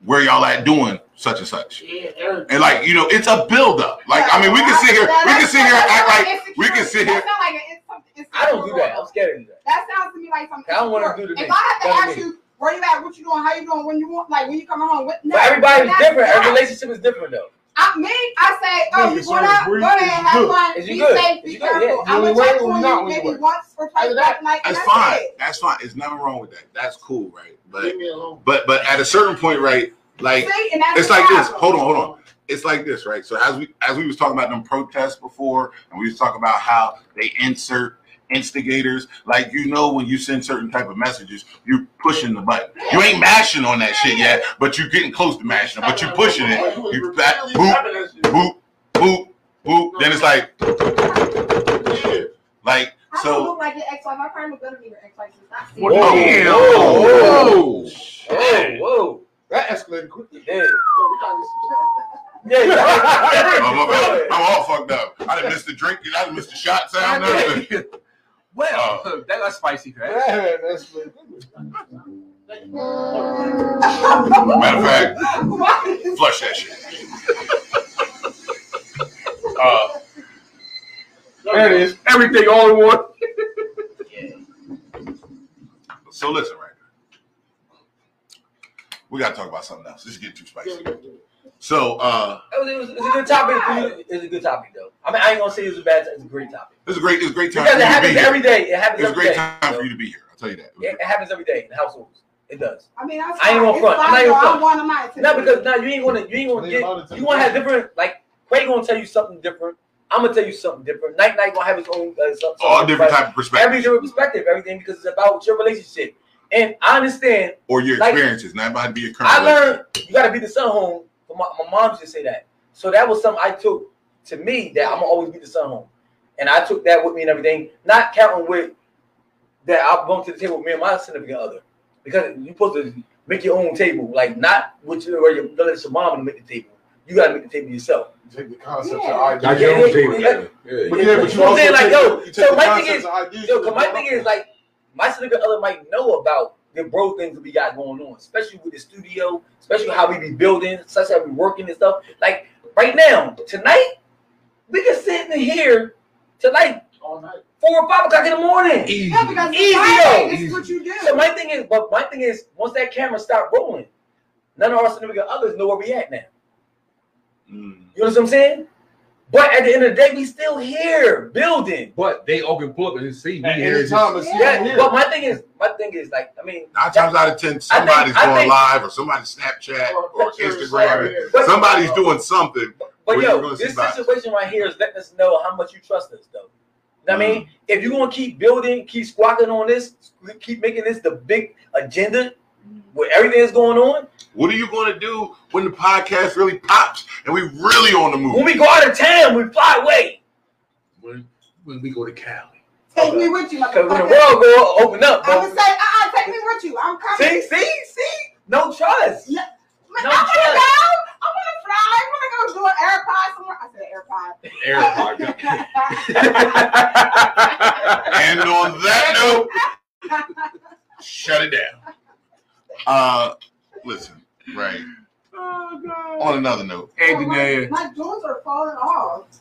A: where y'all at doing such and such? And like you know, it's a buildup. Like I mean, we can sit here, we can sit here and act like we can sit here.
J: That sound like an insult- insult
E: I don't do that. I'm scared of that.
J: That sounds to me like something.
E: I don't wanna
J: insecure.
E: do the
J: If
E: thing.
J: I
E: Tell
J: have to ask
E: me.
J: you where you at, what you doing, how you doing, when you want, like when you coming home, what? No,
E: But everybody's
J: that's
E: different. Every
J: not-
E: relationship is different, though.
J: I, me, I say, oh,
H: Yeah,
J: you
H: so
J: going
H: it's
J: out? Go
H: where you-
J: ahead,
H: it's
J: have
H: good.
J: fun.
E: It's
J: Be
E: good.
J: safe,
E: It's
J: be
E: good, yeah.
J: careful.
E: It's
H: the
J: I'm
H: only
J: gonna
H: way
J: check
H: or
J: on
H: not
J: you
H: when you
J: maybe
H: work.
J: once or twice
H: Either that-
J: that night. and
A: That's
J: that's
A: fine.
J: it.
A: That's fine. It's nothing wrong with that. That's cool, right? But
H: Leave me alone.
A: but but at a certain point, right? Like
J: See, and that's
A: it's
J: the
A: like this.
J: problem.
A: Hold on, hold on. It's like this, right? So as we as we was talking about them protests before, and we was talking about how they insert instigators. Like you know, when you send certain type of messages, you pushing the button. You ain't mashing on that shit yet, but you getting close to mashing it. But you pushing it. You back boop boop boop boop. Then it's like like
J: I don't
A: so. oh,
J: look like your ex-wife. I probably look better than your ex-wife. It's not serious.
G: Whoa.
A: Damn.
E: Whoa.
G: Shit.
E: Whoa,
H: That escalated quickly.
E: whoa. Yeah.
H: So we gotta get some-
E: Yeah.
A: (laughs) Oh, my bad. I'm all fucked up. I didn't miss the drink. I didn't miss the shot sound. (laughs) nothing.
G: well,
A: Oh.
G: (laughs) that got spicy, man.
H: That escalated quickly.
A: Matter of fact,
J: (laughs) Why is-
A: flush that shit. uh,
G: There it is. Everything all in one.
A: so listen, right We gotta talk about something else. This is getting too spicy. So uh,
E: It was, it was, it was a good topic for you. It's a good topic, though. I mean, I ain't gonna say it's a bad. It's a great topic
A: this is a great. It's a great time.
E: because
A: for you to be
E: it happens
A: here.
E: every day. It happens
A: It was a
E: every
A: great
E: day.
A: time
E: so-
A: for you to be here. I'll tell you that. It was
E: It,
A: great.
E: it happens every day in households. It does.
J: I mean, that's
E: I ain't
J: fine.
E: gonna
J: It's
E: front. I'm
J: fine,
E: not even
J: though.
E: front.
J: I want mine too.
E: No, because now you ain't gonna you ain't gonna
H: Leave all the
E: get
H: time.
E: you gonna have different like Quay gonna tell you something different. I'm gonna tell you something different. Night night gonna have his own uh, something,
A: All different type of
E: Every
A: perspectives
E: different perspective, everything because it's about your relationship. And I understand
A: or your
E: like-
A: experiences, not about to be your current.
E: I
A: relationship.
E: learned you gotta be the son home. But my, my mom used to say that. So that was something I took to me that I'm gonna always be the son home. And I took that with me and everything, not counting with that I'm going to the table with me and my significant other. Because you're supposed to make your own table, like not with your, where your, whether it's your mom to make the table. You gotta make the table yourself.
H: Take the concept
J: Yeah.
H: of
G: Got
H: ideas.
G: your own
E: Yeah,
G: table.
E: yeah,
G: Yeah.
H: But yeah, but you
E: I'm
H: also
E: saying, like,
H: take,
E: yo,
H: you take
E: so
H: the
E: my thing
H: concepts
E: is-
H: and ideas.
E: Yo, 'cause my thing is like my significant other might know about the bro things that we got going on, especially with the studio, especially how we be building, such how we working and stuff. Like right now, tonight, we can sit in here till like
H: all night.
E: four or five o'clock in the morning.
G: E-
J: yeah, because it's
E: Easy,
J: Friday.
E: though.
J: This is what you do.
E: So my thing is, but my thing is, once that camera start rolling, none of our significant others know where we at now.
A: Mm.
E: You know what I'm saying? But at the end of the day, we still here building.
G: But they open book and see me
H: At
G: here.
H: any time, it's
J: Yeah,
E: Yeah,
H: here.
E: but my thing is, my thing is like, I mean,
A: Nine times out of ten, somebody's
E: I
A: going
E: think-
A: live or somebody's Snapchat
H: Or
A: or,
H: pictures,
A: Instagram.
H: yeah.
E: But-
A: Somebody's doing something. What
E: But
A: you
E: yo,
A: gonna
E: this
A: see about it?
E: situation right here is letting us know how much you trust us, though. Know what I
A: Mm-hmm.
E: mean, if you're gonna keep building, keep squawking on this, keep making this the big agenda with everything that's going on.
A: What are you going to do when the podcast really pops and we really on the move?
E: (laughs) When we go out of town, we fly away.
G: When, when we go to Cali.
J: Take me with you,
E: Cause when the
J: motherfucker.
E: world go open up,
J: I'm gonna
E: bro.
J: say, uh-uh, take me with you. I'm
E: see,
J: coming.
E: see, see, no trust.
J: No, Man,
E: No
J: I want to
E: trust.
J: go. I want to fly. I want to go do an AirPod somewhere. I said AirPod.
A: And on that note, shut it down. Uh, listen, right.
E: Oh,
A: On another note,
G: Egg in
J: my,
G: there.
J: my jewels are falling off.
E: (laughs)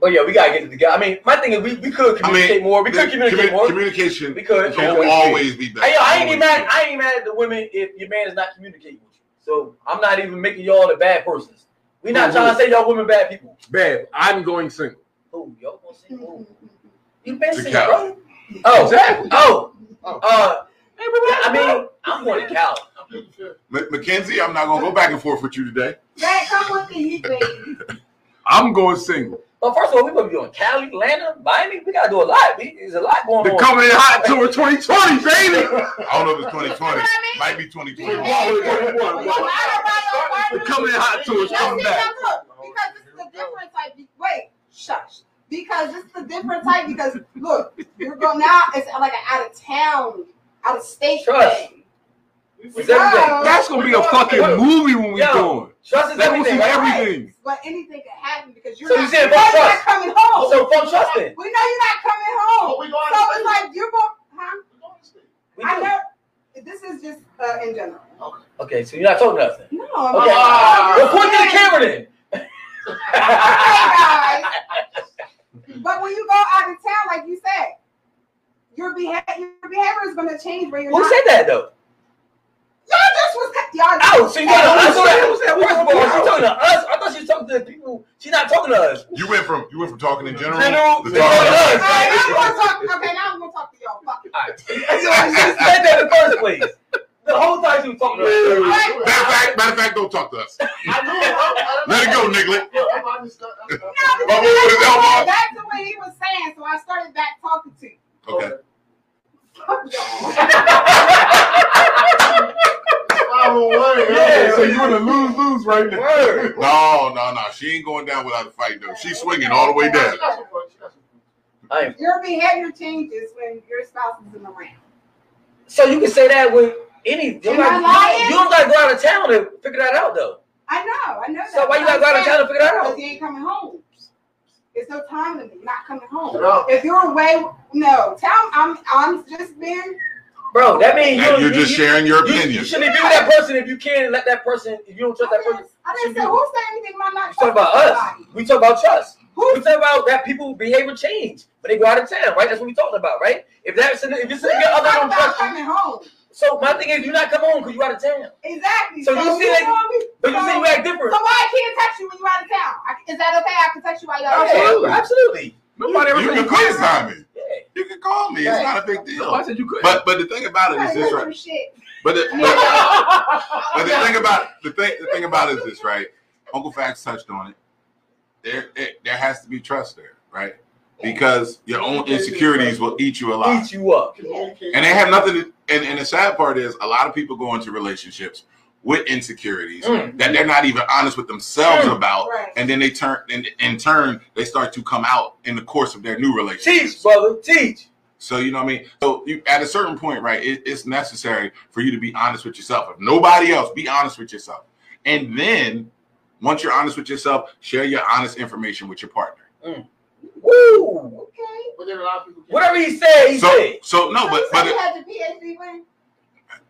E: But yeah, we gotta get it together. I mean, my thing is we, we could
A: I mean,
E: communicate more. We could
A: the
E: communicate
A: commu-
E: more.
A: Communication
E: We could.
A: can
E: Always
A: always be better.
E: Hey, yo, I ain't
A: Always
E: even mad.
A: be.
E: I ain't even mad at the women if your man is not communicating with you. So I'm not even making y'all the bad persons. We not
G: Mhm.
E: trying to say y'all women bad people.
G: Babe, I'm going single.
E: Oh, y'all gonna say, oh, you been
A: The
E: single,
A: couch.
E: bro? Oh,
G: Exactly.
E: oh,
H: Oh.
E: uh, I mean, I'm going to Cal.
A: M- Mackenzie, I'm not gonna go back and forth with you today.
J: Dad, come with the heat, baby.
G: I'm going single.
E: But first of all, we gonna be on Cali, Atlanta, Miami. We gotta do a lot. We, there's a lot going
G: The
E: on.
G: coming in hot tour 2020, baby.
A: I don't know if it's 2020.
J: You know what I mean?
A: Might be
J: We
A: 2021.
J: made it.
G: Whoa, whoa,
J: We
G: whoa.
J: might
G: The
J: have
G: coming in hot tour is
J: Let's
G: coming
J: see,
G: back.
J: now look, because this is a different type. Wait, shush. Because this is a different type. Because look, you're going now. It's like an out of town, out of state
E: Trust.
J: thing.
E: It's everything.
G: That's gonna be a fucking movie when we
E: Yo.
G: doing.
E: Trust is
G: That was
E: everything.
G: in
E: Right?
G: everything.
J: But anything can happen because you're
E: So you
J: not,
E: said
J: we know
E: fuck
J: you're not
E: trust.
J: coming home.
E: Oh, So fuck trusting.
J: we know you're not coming home.
H: But we going
J: so
H: to
J: it's
H: state.
J: like you're going. Huh?
E: We
J: I
E: do.
J: know. This is just uh, in general.
E: Okay, so you're not told nothing.
J: No, I'm
E: Okay.
J: not.
E: Well, point to the camera then. Oh
J: guys. But when you go out of town, like you said, your behavior your behavior is gonna change where you're
E: Who
J: not.
E: said that though?
J: Y'all just was y'all just
E: Oh, so you talking to us?
G: Who's that? Who's
E: First
G: that?
E: of all, she talking to us. I thought she was talking to the people. She's not talking to us.
A: You went from you went from talking in general,
E: General,
A: to
E: to talking
A: talking.
E: to us.
J: Alright, now I'm gonna talk okay, now I'm gonna talk to y'all. Fuck it.
E: Alright. You know, she said that in the first place. The whole time she was talking to us.
H: I knew it.
A: Matter of fact, matter of fact, don't talk to us.
H: I knew it. I- I-
A: Let it go, Nicklet.
H: Yeah, I'm- I just- I- I-
J: No,
H: I-
A: But
J: because
A: what was
J: that's,
A: that, Mark?
J: that's the way he was saying, so I started back talking to you.
A: Okay.
J: Fuck y'all.
H: I don't worry.
E: Yeah, so
H: you in a lose lose right now.
E: Word.
A: No, no, no. She ain't going down without a fight though. She's swinging all the way down.
E: I am.
J: Your behavior changes when your spouse isn't around.
E: So you can say that with any. You don't,
J: Am I
E: gotta,
J: lying?
E: you don't gotta go out of town to figure that out though.
J: I know, I know that.
E: So why you gotta go out of town to figure that out?
J: Because you ain't coming home. It's no time limit. You're not coming home.
H: No.
J: If you're away, no. Tell 'em I'm I'm just being
E: Bro, that means you
A: And
E: don't-
A: you're just sharing your
E: You, you
A: opinion.
E: shouldn't be with that person if you can't let that person. If you don't trust
J: I
E: that
J: didn't,
E: person,
J: I
E: should
J: didn't say
E: be-
J: who said anything about not
E: we talk about
J: trusting
E: us.
J: somebody.
E: We talk about trust. We
J: Who
E: talk about that people behavior change when they go out of town, right? That's what we talking about, right? If that's if you're
J: we
E: sitting your other
J: talk
E: don't
J: about
E: trust you,
J: coming home.
E: so my thing is you not come home because you out of town.
J: Exactly.
E: So you see that-
J: want me-
E: But you
J: so-
E: say you act different.
J: So why I can't text you when you're out of town? I, is that okay? I can text you while you're out of town.
G: Absolutely.
E: Yeah, absolutely.
G: Nobody ever
A: You
G: said
A: can criticize me.
E: Yeah.
A: You can call me. It's not a big
G: No, Oh, I
A: deal.
G: said you couldn't.
A: But but the thing about it is this, right? But
J: (laughs)
A: the, but, but the thing about the thing the thing about it is this, right? Uncle Facts touched on it. There it, there has to be trust there, right? Because your own insecurities will eat you alive.
E: Beat you up.
A: And they have nothing to, and, and the sad part is a lot of people go into relationships with insecurities
E: Mm.
A: that they're not even honest with themselves
E: Mm.
A: about.
J: Right.
A: And then they turn and in turn they start to come out in the course of their new relationship.
E: Teach, brother. Teach.
A: So you know what I mean? So you, at a certain point, right, it, it's necessary for you to be honest with yourself. If nobody else, be honest with yourself. And then once you're honest with yourself, share your honest information with your partner.
E: Mm. Woo.
J: Okay.
H: But there are a lot of people.
E: Whatever he said, he
A: So
E: said.
A: so no, but
J: so you
A: but
J: had the PhD win.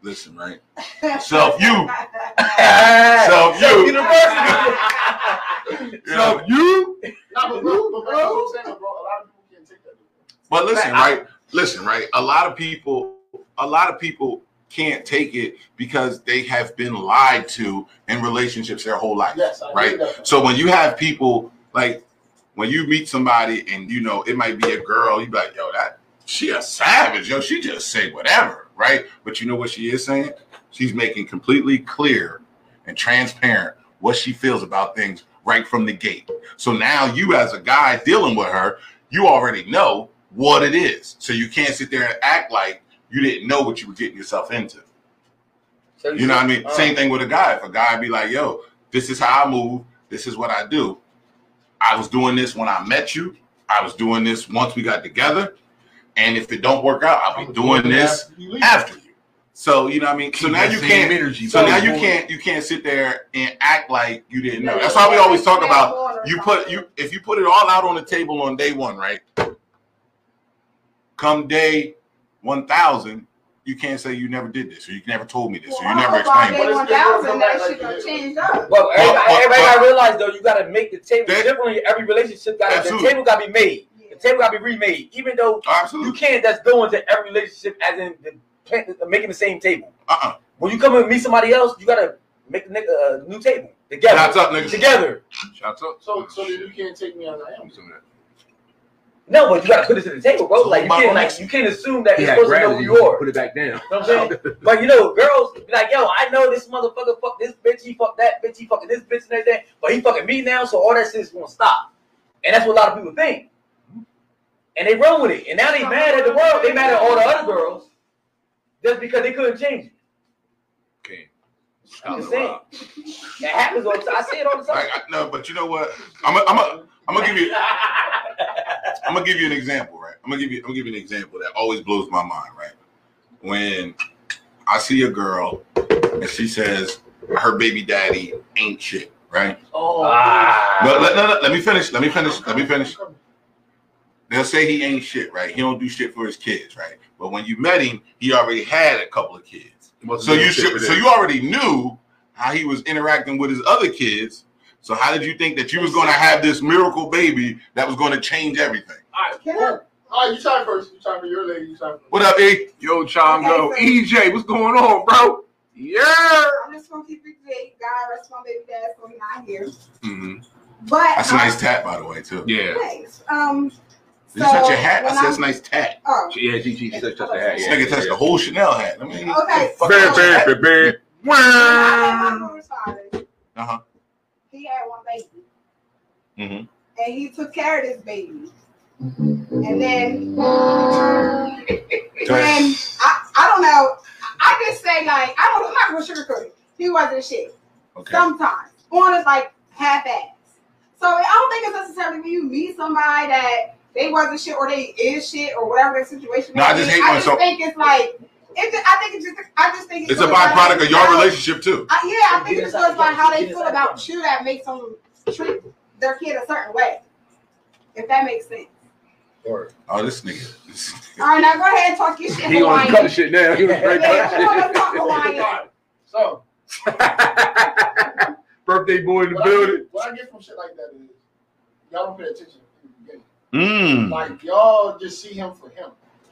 A: listen,
J: (laughs)
A: right? Self you.
E: Self
A: you.
E: (laughs) University.
A: So you
H: Nah, but bro, but bro, I'm saying, bro, a lot of people can't take that.
A: But listen,
E: But I-
A: right? Listen, right? A lot of people, a lot of people can't take it because they have been lied to in relationships their whole life,
H: Yes, I agree
A: right?
H: with that.
A: So when you have people like when you meet somebody and you know it might be a girl, you be like, yo, that she a savage, yo, she just say whatever, right? But you know what she is saying? She's making completely clear and transparent what she feels about things right from the gate. So now you as a guy dealing with her, you already know what it is. So you can't sit there and act like you didn't know what you were getting yourself into. You know what I mean? Same thing with a guy. If a guy be like, yo, this is how I move, this is what I do. I was doing this when I met you. I was doing this once we got together. And if it don't work out, I'll be doing this after you. So you know what I mean? So now you can't
G: Energy,
A: so now you
G: baby.
A: can't you can't sit there and act like you didn't know. That's why we always talk about you put you if you put it all out on the table on day one, right? Come day one thousand,
C: you can't say you never did this or you never told me this or you
J: Well,
C: never
J: if I
C: explained it.
J: gave
H: But
J: one
H: it's gonna
J: thousand,
H: come
J: that
H: back
J: shit
H: like
J: gonna
H: this.
J: change up.
E: Well, everybody,
C: but-
E: everybody
C: but-
E: gotta realize though, you gotta make the table
C: That-
E: differently. Every relationship got to the
C: Absolutely.
E: table gotta be made.
J: Yeah.
E: The table gotta be remade. Even though you
C: oh, Absolutely.
E: can't just go into every relationship as in the, plant- making the same table.
C: Uh-uh.
E: When you come and meet somebody else, you gotta make the nigga a new table together.
C: Shots up, niggas.
E: Together.
G: Shots up.
H: So, so then you can't take me as I am.
G: Some of that.
E: No, but you gotta put it to the table, bro.
C: So
E: Like you
C: my-
E: can't like you can't assume that
G: He
E: this
G: had
E: person
G: gravity,
E: know who
G: he
E: you are.
G: Put it back down.
E: You know what I'm
G: (laughs)
E: saying? but you know, girls be like, yo, I know this motherfucker fuck this bitch, he fuck that bitch, he fucking this bitch and everything, but he fucking me now, so all that shit's gonna stop. And that's what a lot of people think. And they run with it. And now they mad at the world, they mad at all the other girls just because they couldn't change it.
G: Okay.
E: I'm just
G: Shots
E: saying.
G: up.
E: That happens all the time. I see it all the
C: I,
E: time.
C: I, no, but you know what? I'm gonna I'm a, I'm gonna give
E: (laughs)
C: you I'm gonna give you an example, right? I'm gonna give you I'm gonna give you an example that always blows my mind, right? When I see a girl and she says her baby daddy ain't shit, right?
E: oh,
C: But let, no, no, let me finish. Let me finish. Let me finish. They'll say he ain't shit, right? He don't do shit for his kids, right? But when you met him, he already had a couple of kids. So you should, so you already knew how he was interacting with his other kids. So how did you think that you was going to have this miracle baby that was going to change everything?
J: Can I?
H: All right, you try first. You try for your lady. You try first.
C: What up, E?
G: Yo, Chongo.
J: Okay,
G: EJ, what's going on, bro? Yeah.
J: I'm just gonna keep it vague. God rest my baby dad's gonna not here.
C: hmm
J: But
C: That's a
J: um,
C: nice tat, by the way, too.
G: Yeah.
J: Thanks. Um.
C: Did you touch your
J: so
C: hat? I
J: when
C: said that's a
J: I'm-
C: nice tat.
J: Oh,
G: She, yeah, she, she, she touched the hat.
C: This
G: Yeah,
C: nigga touched the whole Chanel hat. I mean,
J: Okay,
C: fuck
J: so-
C: touched the hat?
G: baby.
J: when I met my first father,
C: Uh-huh.
J: Um, he had one baby.
C: Mhm.
J: And he took care of this baby.
C: (laughs)
J: And then when I, I don't know, I- I just say like I don't I'm not gonna sugarcoat it. He wasn't shit.
C: Okay.
J: sometimes on is like half ass. So I don't think it's necessarily when you meet somebody that they wasn't shit or they is shit or whatever their situation.
C: No,
J: may
C: I just
J: be.
C: hate
J: I
C: when
J: just
C: so-
J: think it's like it. Just, I think it's just. I just think
C: It's a
J: just about-
C: byproduct of your relationship too.
J: I, yeah, I think it's just like how they feel about you that makes them treat their kid a certain way. If that makes sense.
C: Oh, this nigga. (laughs) This
J: All right, now go ahead and talk your shit,
G: He on
J: Hawaiian.
G: cut the shit now. He was
J: Yeah, (laughs)
G: ready
J: you wanna
G: to
C: (laughs)
J: talk Hawaiian?
H: So,
G: cut shit. Birthday boy in the
H: what I,
G: building.
H: get, what I get from shit like that is y'all don't pay attention. in the beginning.
C: Mm.
H: Like y'all just see him for him.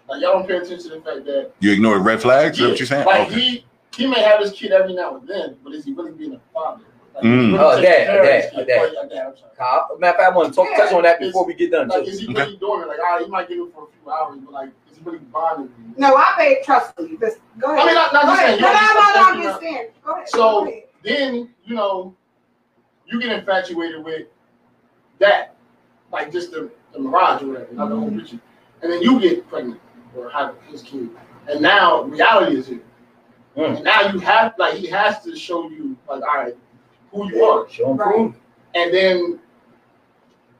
H: Like y'all don't pay attention to the fact that
C: You ignore red flags? Is that what you're saying?
H: Like
C: Okay.
H: he he may have his kid every now and then, but is he really being a father? Like,
C: Mm.
H: really
E: Oh,
H: taking
E: dad,
H: care of
E: dad,
H: his kid?
E: dad.
H: Oh, yeah, dad, I'm sorry.
E: Kyle, matter of fact, I want to talk, touch on that before we get done.
H: Like,
E: Too.
H: is he really doing it? Like, all right, he might give it for a few hours, but like, is he really bonding with you?
J: No, I pay trust you. Just go ahead.
H: I mean, not- not
J: go
H: just
J: ahead.
H: saying,
J: No,
H: you
J: no,
H: know,
J: no, no,
H: just
J: I'm just saying. Go ahead.
H: So-
J: go ahead.
H: Then you know, you get infatuated with that, like just the, the mirage or whatever, not the whole picture. And then you get pregnant or have his kid, and now reality is here.
E: Mm.
H: And now you have like he has to show you like, all right, who you are.
E: Show 'em
J: Right.
E: proof.
H: and then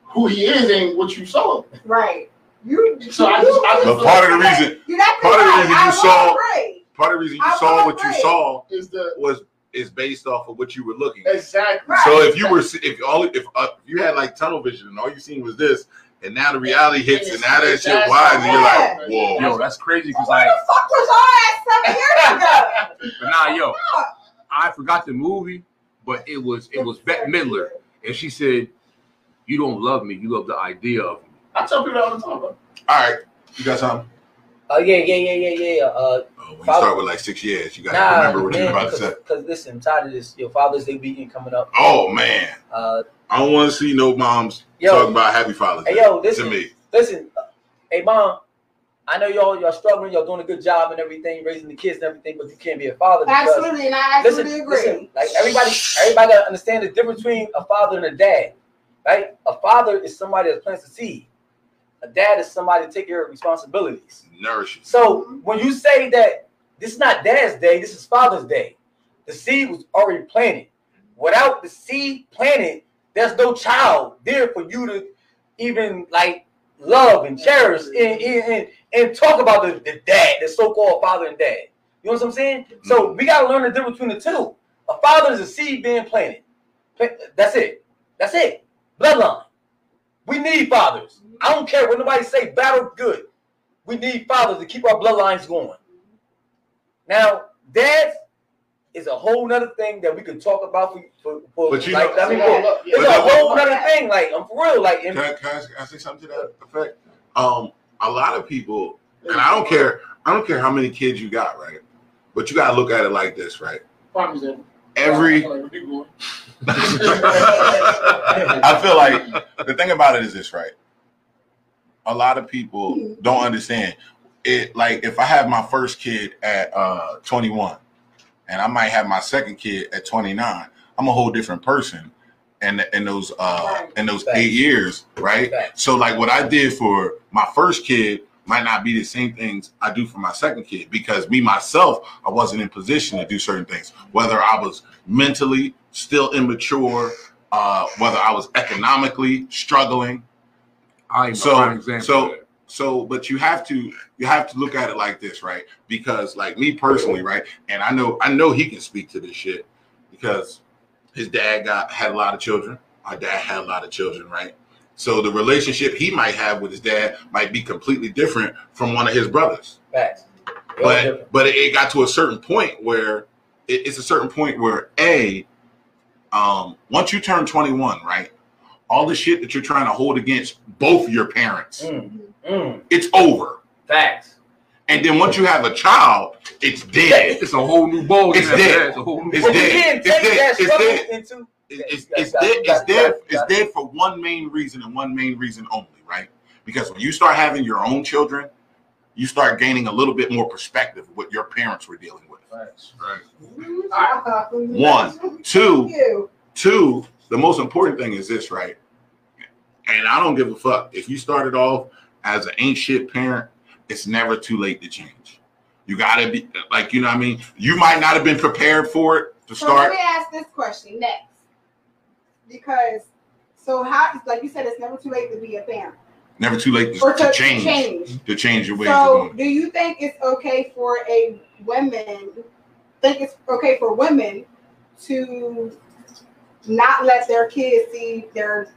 H: who he is and what you saw.
J: Right. You.
H: So I just- I just-
C: But part of the reason,
J: You're not
C: part of the reason you saw-
J: Agree.
C: part of the reason you
J: I
C: saw
J: was
C: what you
J: afraid.
C: saw
H: Is the
C: was is based off of what you were looking. at.
H: exact
J: Right.
C: So if you were, se- if all, if uh, you had like tunnel vision and all you seen was this, and now the reality hits, and now that shit wise, and you're like, whoa.
G: Yo, that's crazy because
J: Where
G: like,
J: the fuck was your ass seven years ago?
G: but nah, yo, I forgot the movie, but it was it was Bette Midler, and she said, "You don't love me. You love the idea of me."
H: I tell people that all the time. Bro.
C: All right, you got something.
E: Oh yeah, yeah, yeah, yeah, yeah, yeah. Uh,
C: Oh, when you
E: Father-
C: start with like six years, you got to
E: nah,
C: remember what
E: man,
C: you're about to say.
E: cause, Because listen, I'm tired of this. Your Father's Day weekend coming up.
C: Oh man,
E: Uh,
C: I don't want to see no moms
E: Yo.
C: talk about Happy Father's Day
E: Hey, yo,
C: to
E: listen.
C: me.
E: listen, uh, hey mom, I know y'all y'all struggling, y'all doing a good job and everything, raising the kids and everything, but you can't be a father. because-
J: Absolutely, and I
E: Listen,
J: absolutely agree.
E: listen, like everybody, everybody gotta understand the difference between a father and a dad, right? A father is somebody that plants a seed. A dad is somebody to take care of responsibilities.
C: Nourishes.
E: So when you say that this is not dad's day, this is father's day. The seed was already planted. Without the seed planted, there's no child there for you to even like love and cherish and, and, and, and talk about the, the dad, the so-called father and dad. You know what I'm saying? So we gotta learn the difference between the two. A father is a seed being planted. Pla- That's it. That's it. Bloodline. We need fathers. I don't care what nobody say. Battle good. We need fathers to keep our bloodlines going. Now, dads is a whole nother thing that we could talk about for, for, for
A: But you
E: like,
A: know-
E: I mean,
A: but
E: for-
A: that-
E: it's a whole nother thing. Like, I'm for real. Like,
A: Can
E: and-
A: I, can I- can I say something to that effect? Um, a lot of people, and I don't care, I don't care how many kids you got, right? But you gotta look at it like this, right?
H: Problems in.
A: Every I feel like the thing about it is this, right? A lot of people don't understand it. Like, if I have my first kid at uh, 21, and I might have my second kid at 29, I'm a whole different person. in in those uh, in those eight years, right? So like what I did for my first kid might not be the same things I do for my second kid because me myself I wasn't in position to do certain things. Whether I was mentally still immature, uh, whether I was economically struggling.
G: I am a prime
A: So
G: example. of
A: so
G: that.
A: so but you have to you have to look at it like this, right? Because like me personally, right? And I know I know he can speak to this shit because his dad got had a lot of children. My dad had a lot of children, right? So the relationship he might have with his dad might be completely different from one of his brothers.
E: facts. It was different.
A: But but it got to a certain point where it, it's a certain point where a um once you turn 21, right? All the shit that you're trying to hold against both your parents,
E: Mm, mm,
A: it's over.
E: facts.
A: And then once you have a child, it's
E: (laughs)
A: dead.
G: It's a whole new ball.
A: It's
G: game.
A: dead.
G: Yeah, It's a whole new
A: It's
G: ball
E: But you
A: dead.
G: game.
A: It's
E: can't take
A: dead.
E: that
A: It's
E: struggle
A: dead.
E: into
A: it's, it's, it's dead it's dead it's dead for one main reason and one main reason only right because when you start having your own children you start gaining a little bit more perspective of what your parents were dealing with
G: Right.
J: Uh,
A: One. two two the most important thing is this right and i don't give a fuck if you started off as an ain't shit parent it's never too late to change you gotta be like you know what i mean you might not have been prepared for it to
J: So let
A: start
J: me ask this question next, because so how like you said, it's never too late to be a parent
A: never too late to,
J: or to
A: to change to change your ways of doing
J: So
A: it.
J: do you think it's okay for a woman? Think it's okay for women to not let their kids see their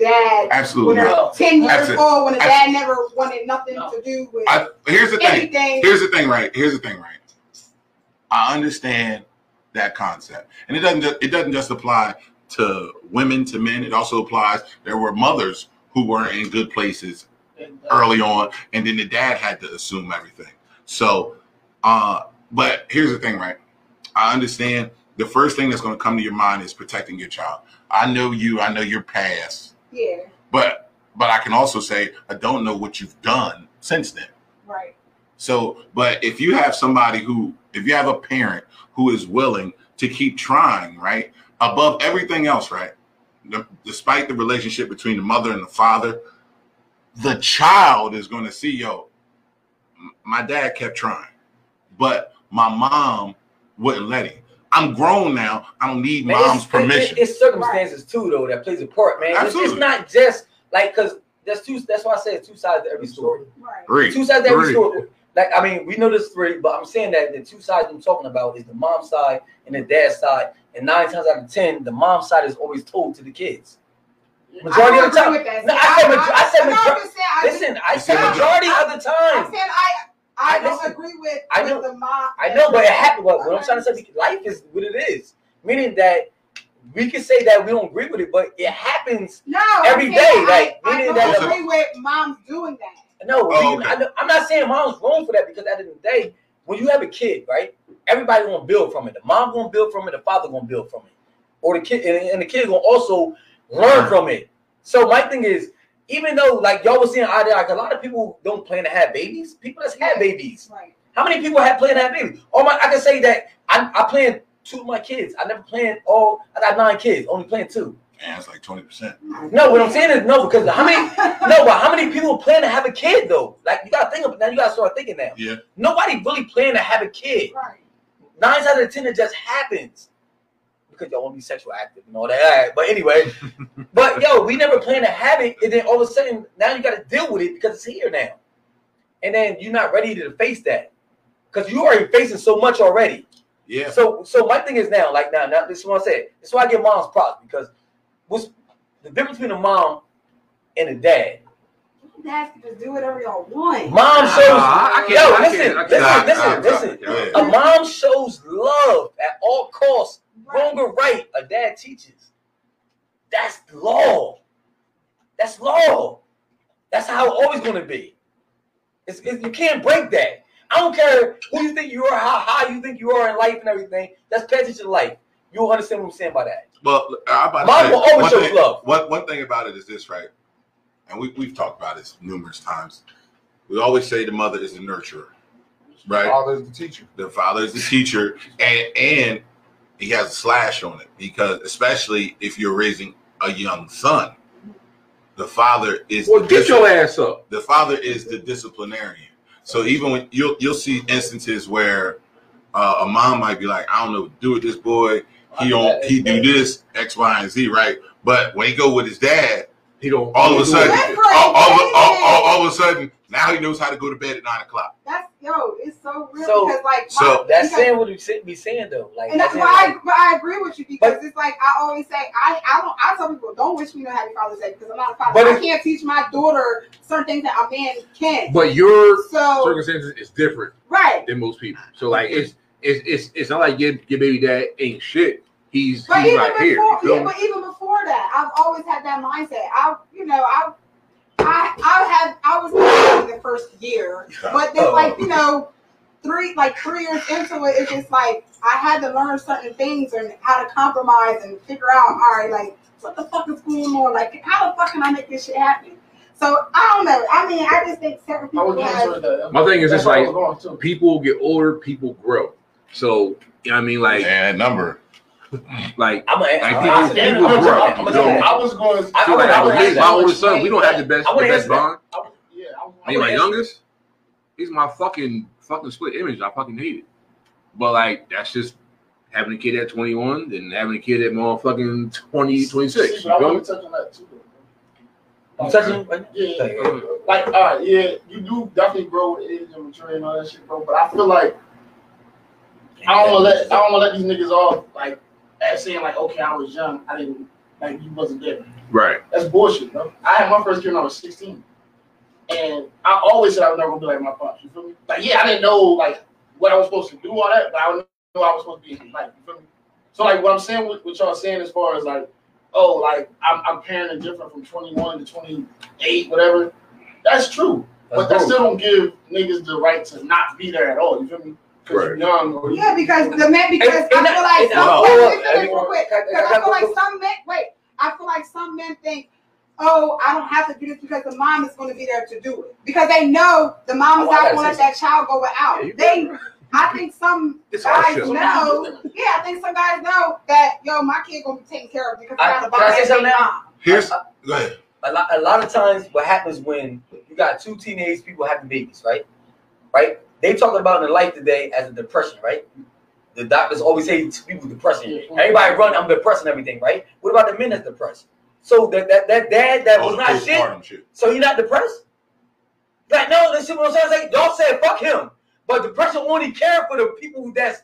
J: dad
A: Absolutely
J: when
A: not.
J: they're ten years
A: Absolute-
J: old when a dad
A: absolute-
J: never wanted nothing to do with
A: I, here's the thing.
J: anything.
A: Here's the thing, right? Here's the thing, right? I understand that concept, and it doesn't. Just, it doesn't just apply to women to men. It also applies. There were mothers who weren't in good places early on, and then the dad had to assume everything. So, uh, but here's the thing, right? I understand. The first thing that's going to come to your mind is protecting your child. I know you. I know your past,
J: yeah,
A: but but I can also say I don't know what you've done since then.
J: right.
A: So, but if you have somebody who, if you have a parent who is willing to keep trying, right, above everything else, right, the- despite the relationship between the mother and the father, the child is going to see, yo, m- my dad kept trying, but my mom wouldn't let him. I'm grown now. I don't need
E: Man,
A: mom's
E: it's,
A: permission.
E: It's, it's circumstances too, though, that plays a part, man. It's, it's
A: Absolutely.
E: not just like because there's two. That's why I say it's two sides to every story.
J: Right.
A: Three.
E: Two sides to every
G: Three.
E: story. Like I mean, we know this three, but I'm saying that the two sides I'm talking about is the mom side and the dad side, and nine times out of ten, the mom side is always told to the kids. Majority
J: I
E: of the
J: don't
E: time.
J: agree with that.
E: No, I said major- I said
J: no,
E: major-
J: just saying I-
E: Listen, I
A: It's the
E: said majority of the
J: I
E: time.
J: said I I,
E: I
J: don't
E: listen.
J: agree with,
E: I
J: with
E: know.
J: the mom.
E: I know, but it happened. What, what I'm trying to say, life is what it is. Meaning that we can say that we don't agree with it, but it happens
J: No, I'm
E: every
J: saying
E: day,
J: I,
E: like, we
J: I
E: need
J: don't
E: that-
J: agree with moms doing that.
E: No,
A: Oh,
E: you-
A: okay.
E: I, am not saying mom's wrong for that because at the end of the day, when you have a kid, right? Everybody gonna build from it. The mom gonna build from it. The father gonna build from it, or the kid and, and the kid gonna also learn from it. So my thing is, even though like y'all was saying, I like a lot of people don't plan to have babies. People that's had babies.
J: Right.
E: How many people have planned to have babies? All my I can say that I, I planned two of my kids. I never planned all. I got nine kids. Only planned two.
A: Man, it's like 20%.
E: No, what I'm saying is no because how many no, but how many people plan to have a kid though? Like you gotta think of now. You gotta start thinking now.
A: Yeah.
E: Nobody really planned to have a kid.
J: Right.
E: Nine out of ten, it just happens because y'all want to be sexual active and all that. All right, But anyway, but yo, we never planned to have it, and then all of a sudden now you gotta deal with it because it's here now, and then you're not ready to face that because you already facing so much already.
A: Yeah.
E: So so my thing is now, like now, now this is what I said. This is why I give moms props because what's the difference between a mom and a dad
J: guys can just do whatever y'all want.
E: Mom shows.
G: Uh, I can't-
E: yo,
G: I can't-
E: listen,
G: I can't-
E: listen,
G: I can't-
E: listen,
G: I can't-
E: A mom shows love at all costs, wrong or right. A dad teaches. That's law. That's law. That's how it's always going to be. It's, it's, you can't break that. I don't care who you think you are, how high you think you are in life and everything. That's passage of life. You'll understand what I'm saying by that.
A: Well, uh, I'm about to
E: Mine
A: say,
E: will always
A: one
E: show
A: thing,
E: love.
A: One, one thing about it is this, right? And we, we've talked about this numerous times. We always say the mother is the nurturer, right?
H: Father's the teacher.
A: The father is the teacher, and and he has a slash on it because especially if you're raising a young son, the father is
G: Well,
A: the
G: get
A: dis-
G: your ass up.
A: the father is the disciplinarian. So even when you'll you'll see instances where uh, a mom might be like, I don't know, what to do with this boy. He don't he do this X, Y, and Z, right? But when he go with his dad,
G: He don't.
A: all of a sudden,
J: That's right,
A: all, all, all,
J: yes.
A: all- all of a sudden, now he knows how to go to bed at nine o'clock.
J: That's yo, it's so real
E: So-
J: because like my-
A: oh.
G: Oh.
A: so
E: That's
J: because-
E: saying what you say- be saying though. Like
J: And that's
E: saying,
J: why
E: like,
J: I, but I agree with you because it's like I always say I, I don't I tell people don't wish me no happy Father's Day because I'm not a father.
E: But
J: I
E: if-
J: can't teach my daughter certain things that a man can.
G: But your
E: Oh.
J: so
G: circumstances is different
J: right,
G: than most people. So like it's it's it's, it's not like your, your baby dad ain't shit. He's
J: but
G: he's
J: even
G: right
J: before
G: here. You feel
J: yeah,
G: me?
J: but even before that, I've always had that mindset. I you know I I I had I was happy the first year, but then
G: Oh.
J: like you know three like three years into it, it's just like I had to learn certain things and how to compromise and figure out all right like what the fuck is going on? Like, how the fuck can I make this shit happen? So I don't know. I mean, I just think certain
H: I was
J: people have.
G: My thing is, it's like-
H: like
G: People get older, people grow. So you know what I mean, like
A: Yeah, number.
G: like
E: I'm gonna
G: Like,
E: I'm
G: people- people
E: gonna-
G: grow.
E: I'm gonna- I'm
H: I
E: gonna-
H: was going.
E: I-
G: so
E: I
G: like
E: would- I would
G: with me,
E: ask
G: my
E: you
G: older
E: to
G: son, we don't have the best
E: I
G: the
E: would ask
G: best
E: that.
G: bond.
H: I was- yeah, I was-
G: I mean,
E: would
G: my
E: ask-
G: youngest, he's my fucking fucking split image. I fucking hate it. But like that's just having a kid at 21 than having a kid at motherfucking 20, 26.
H: See,
G: You
H: but I
G: feel me?
H: want to touch on that too. though.
E: I'm touching. right now?
H: Yeah,
E: Like,
H: like, all right, yeah, you do definitely grow with age and maturity and all that shit, bro. But I feel like I don't want to let I don't want to let these niggas off like as saying like, okay, I was young, I didn't like you wasn't there.
G: Right.
H: That's bullshit, bro. I had my first kid when I was 16. And I always said I was never gonna be like my pops, you feel me? Like, yeah, I didn't know like what I was supposed to do, all that, but I knew I was supposed to be in his life, you feel me? So like what I'm saying what, what y'all saying as far as like, oh, like I'm I'm parenting different from 21 to 28, whatever. That's true. but that
E: That's
H: still don't give niggas the right to not be there at all, you feel me? Because you're
G: Right.
H: young or
J: Yeah, because the man, because
E: And- and that-
J: I
E: and
J: feel like
E: that-
J: some
E: hold on,
J: wait, wait, wait,
E: everyone-
J: real quick, 'cause
E: I- I
J: I
E: got-
J: feel like some men. Wait, I feel like some men think, oh, I don't have to do this because the mom is going to be there to do it because they know the mom is
E: Oh, I
J: not
E: gotta
J: going to let
E: say
J: that child go without.
G: Yeah, you-
J: They, I think some
G: It's our
J: guys
G: shit.
J: know. Yeah, I think some guys know that yo, my kid going to be taken care of because
E: I-
J: I got a
E: can I say
J: bond.
E: something now?
A: Here's go ahead.
E: a lot, a lot of times what happens when you got two teenage people having babies, right? Right? They talking about in life today as a depression, right? The doctors always say to people depression. Everybody run, I'm depressed and everything, right? What about the men that's depressed? So that that, that dad that
A: the
E: was not shit,
A: Oh, postpartum shit.
E: so he not depressed? Like, no, this shit what I'm saying. Like, y'all said fuck him. But depression only care for the people who that's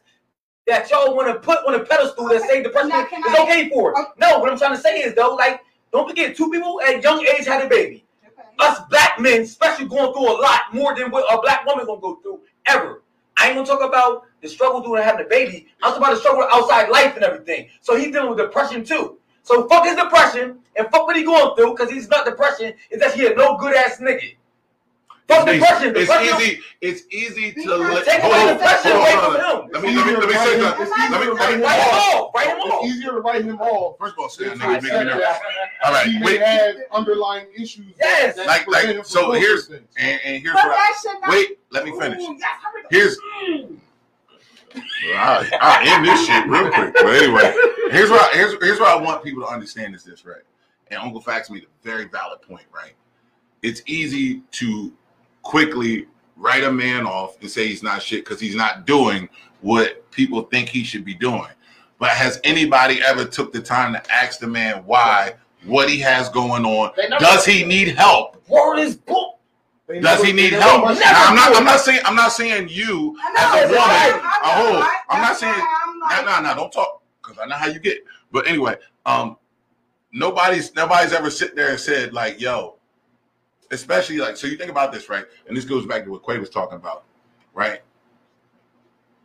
E: that y'all want to put on a pedestal that say depression
J: Now, can
E: is
J: I-
E: okay for.
J: Okay.
E: No, what I'm trying to say is though, like, don't forget, two people at young age had a baby
J: Okay.
E: us black men, especially going through a lot more than what a black woman gonna go through ever. I ain't gonna talk about the struggle doing having a baby. I'm talking about the struggle outside life and everything. So he's dealing with depression too. So fuck his depression and fuck what he going through because he's not depression. Is that he a no good ass nigga? Fuck
A: It's
E: depression.
A: easy-
E: depression
A: It's easy. It's easy to
J: Because
A: let.
E: Take
A: Hold
E: away
A: on,
E: depression
A: hold on,
E: away
A: hold on.
E: from him.
A: Let me let me let me say something. Let me let me.
E: Write him off. Write him
H: It's
E: off.
H: easier to write him off.
A: First of all, say that
H: than to
A: nigga making me
H: accept
A: nervous.
H: that
A: All right,
H: he may
A: wait.
H: have underlying issues.
E: Yes.
H: that
A: Like- like,
H: prevent him from
A: so
H: doing
A: here's-
H: things.
A: And, and here's
J: But
A: what. I,
J: that should not.
A: wait, let me finish.
J: Ooh, that's how it-
A: Here's I, I end this shit real quick. But anyway, here's what I, here's here's what I want people to understand is this, right? And Uncle Fax made a very valid point, right? It's easy to quickly write a man off and say he's not shit because he's not doing what people think he should be doing. But has anybody ever took the time to ask the man why, what he has going on?
H: They never-
A: Does he need help?
E: Word is book.
H: They
A: Does
H: never-
A: he need
H: they
A: help?
H: never-
A: Now, I'm not. I'm not saying. I'm not saying you
J: I know,
A: as a
J: that's
A: woman.
J: why I'm-
A: a
J: I'm
A: whole.
J: not-
A: I'm not
J: that's
A: saying.
J: why I'm
A: No,
J: like-
A: no, no. Don't talk because I know how you get. But anyway, um, nobody's nobody's ever sit there and said like, "Yo, especially like so you think about this right and this goes back to what quay was talking about right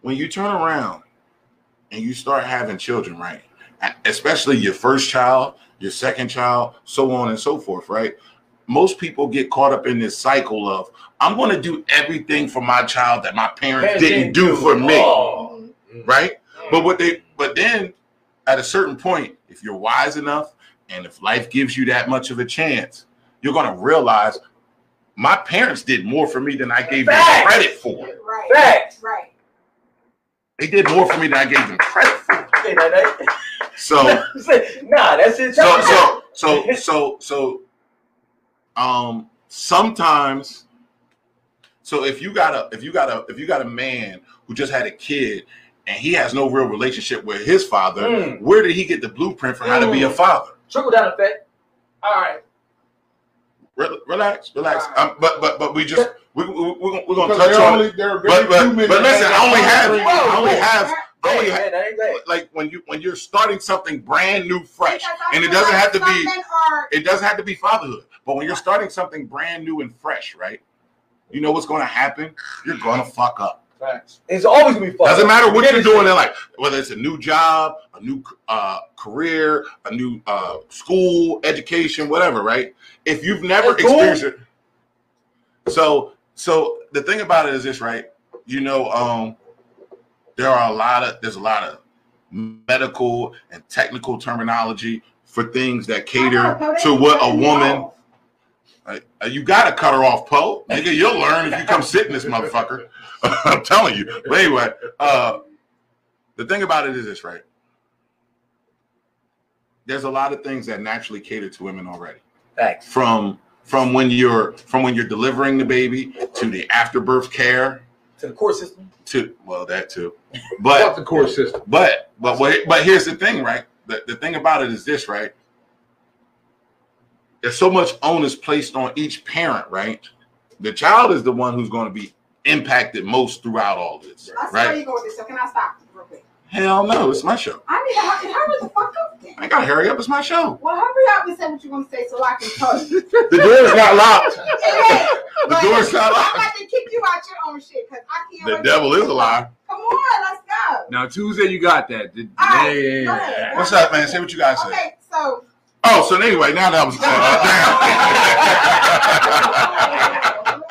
A: when you turn around and you start having children right especially your first child your second child so on and so forth right most people get caught up in this cycle of i'm going to do everything for my child that my parents,
E: Parents
A: didn't,
E: didn't
A: do
E: do.
A: for me
E: Oh.
A: right but what they but then at a certain point, if you're wise enough and if life gives you that much of a chance, you're gonna realize my parents did more for me than I gave them
E: Facts.
A: credit for.
J: Right.
E: Facts.
J: Right.
A: They did more for me than I gave them credit for.
E: Say that, right? (laughs)
A: So
E: nah, that's it.
A: so so so so so um sometimes so if you got a if you got a if you got a man who just had a kid and he has no real relationship with his father,
E: Mm.
A: where did he get the blueprint for how to be a
E: Mm.
A: father?
E: Trickle down effect. All right.
A: Re- relax, relax. Um, but but but we just we, we, we're, gonna- we're gonna
H: Because
A: touch
H: there are
A: on.
H: only
A: it.
H: there are very
A: But but
H: few men
A: but
H: that
A: listen, I only have I only have I
E: Hey,
A: only
E: man,
A: have
E: that ain't bad.
A: like when you when you're starting something brand new, fresh,
J: Because I
A: and it
J: feel
A: doesn't
J: like
A: have to be
J: some men are-
A: it doesn't have to be fatherhood. But when you're starting something brand new and fresh, right? You know what's going to happen? You're going to fuck up.
H: Facts.
E: It's always gonna be fun.
A: Doesn't matter what
E: Forget
A: you're
E: this
A: doing
E: shit.
A: in life, whether it's a new job, a new uh, career, a new uh, school, education, whatever, right? If you've never
E: That's cool.
A: experienced it, so so the thing about it is this, right? You know, um, there are a lot of there's a lot of medical and technical terminology for things that cater
J: Oh,
A: to what a
J: no.
A: woman. Like, uh, you gotta cut her off, Poe. Nigga, you'll learn if you come sit in this motherfucker. (laughs) I'm telling you. But anyway, uh, the thing about it is this, right? There's a lot of things that naturally cater to women already.
E: Facts.
A: From from when you're from when you're delivering the baby to the afterbirth care
E: To the court system.
A: to well that too,
G: Fuck
A: but
G: the court system.
A: but but wait, but here's the thing, right? The, the thing about it is this, right? There's so much onus placed on each parent, right? The child is the one who's going to be impacted most throughout all this,
J: I see where
A: right?
J: you go with this, so can I stop you real quick?
A: Hell no, it's my show.
J: I need to hurry, hurry the fuck up then.
A: I gotta hurry up. It's my show.
J: Well, hurry up and say what you're going to say so I can tell you.
A: (laughs) The door's not locked. (laughs)
J: the
A: The door's not
J: I
A: locked.
J: got to kick you out your own shit because I can't.
A: The
J: wait to-
A: devil is alive.
J: Come on, let's go.
G: Now Tuesday you got that. Did-
J: All
E: Ah,
J: right,
G: yeah, yeah,
J: go
G: yeah,
J: ahead.
G: yeah.
A: What's up, man? Say what you guys say.
J: Okay,
A: (laughs)
J: so. (laughs)
A: Oh, so anyway, now that was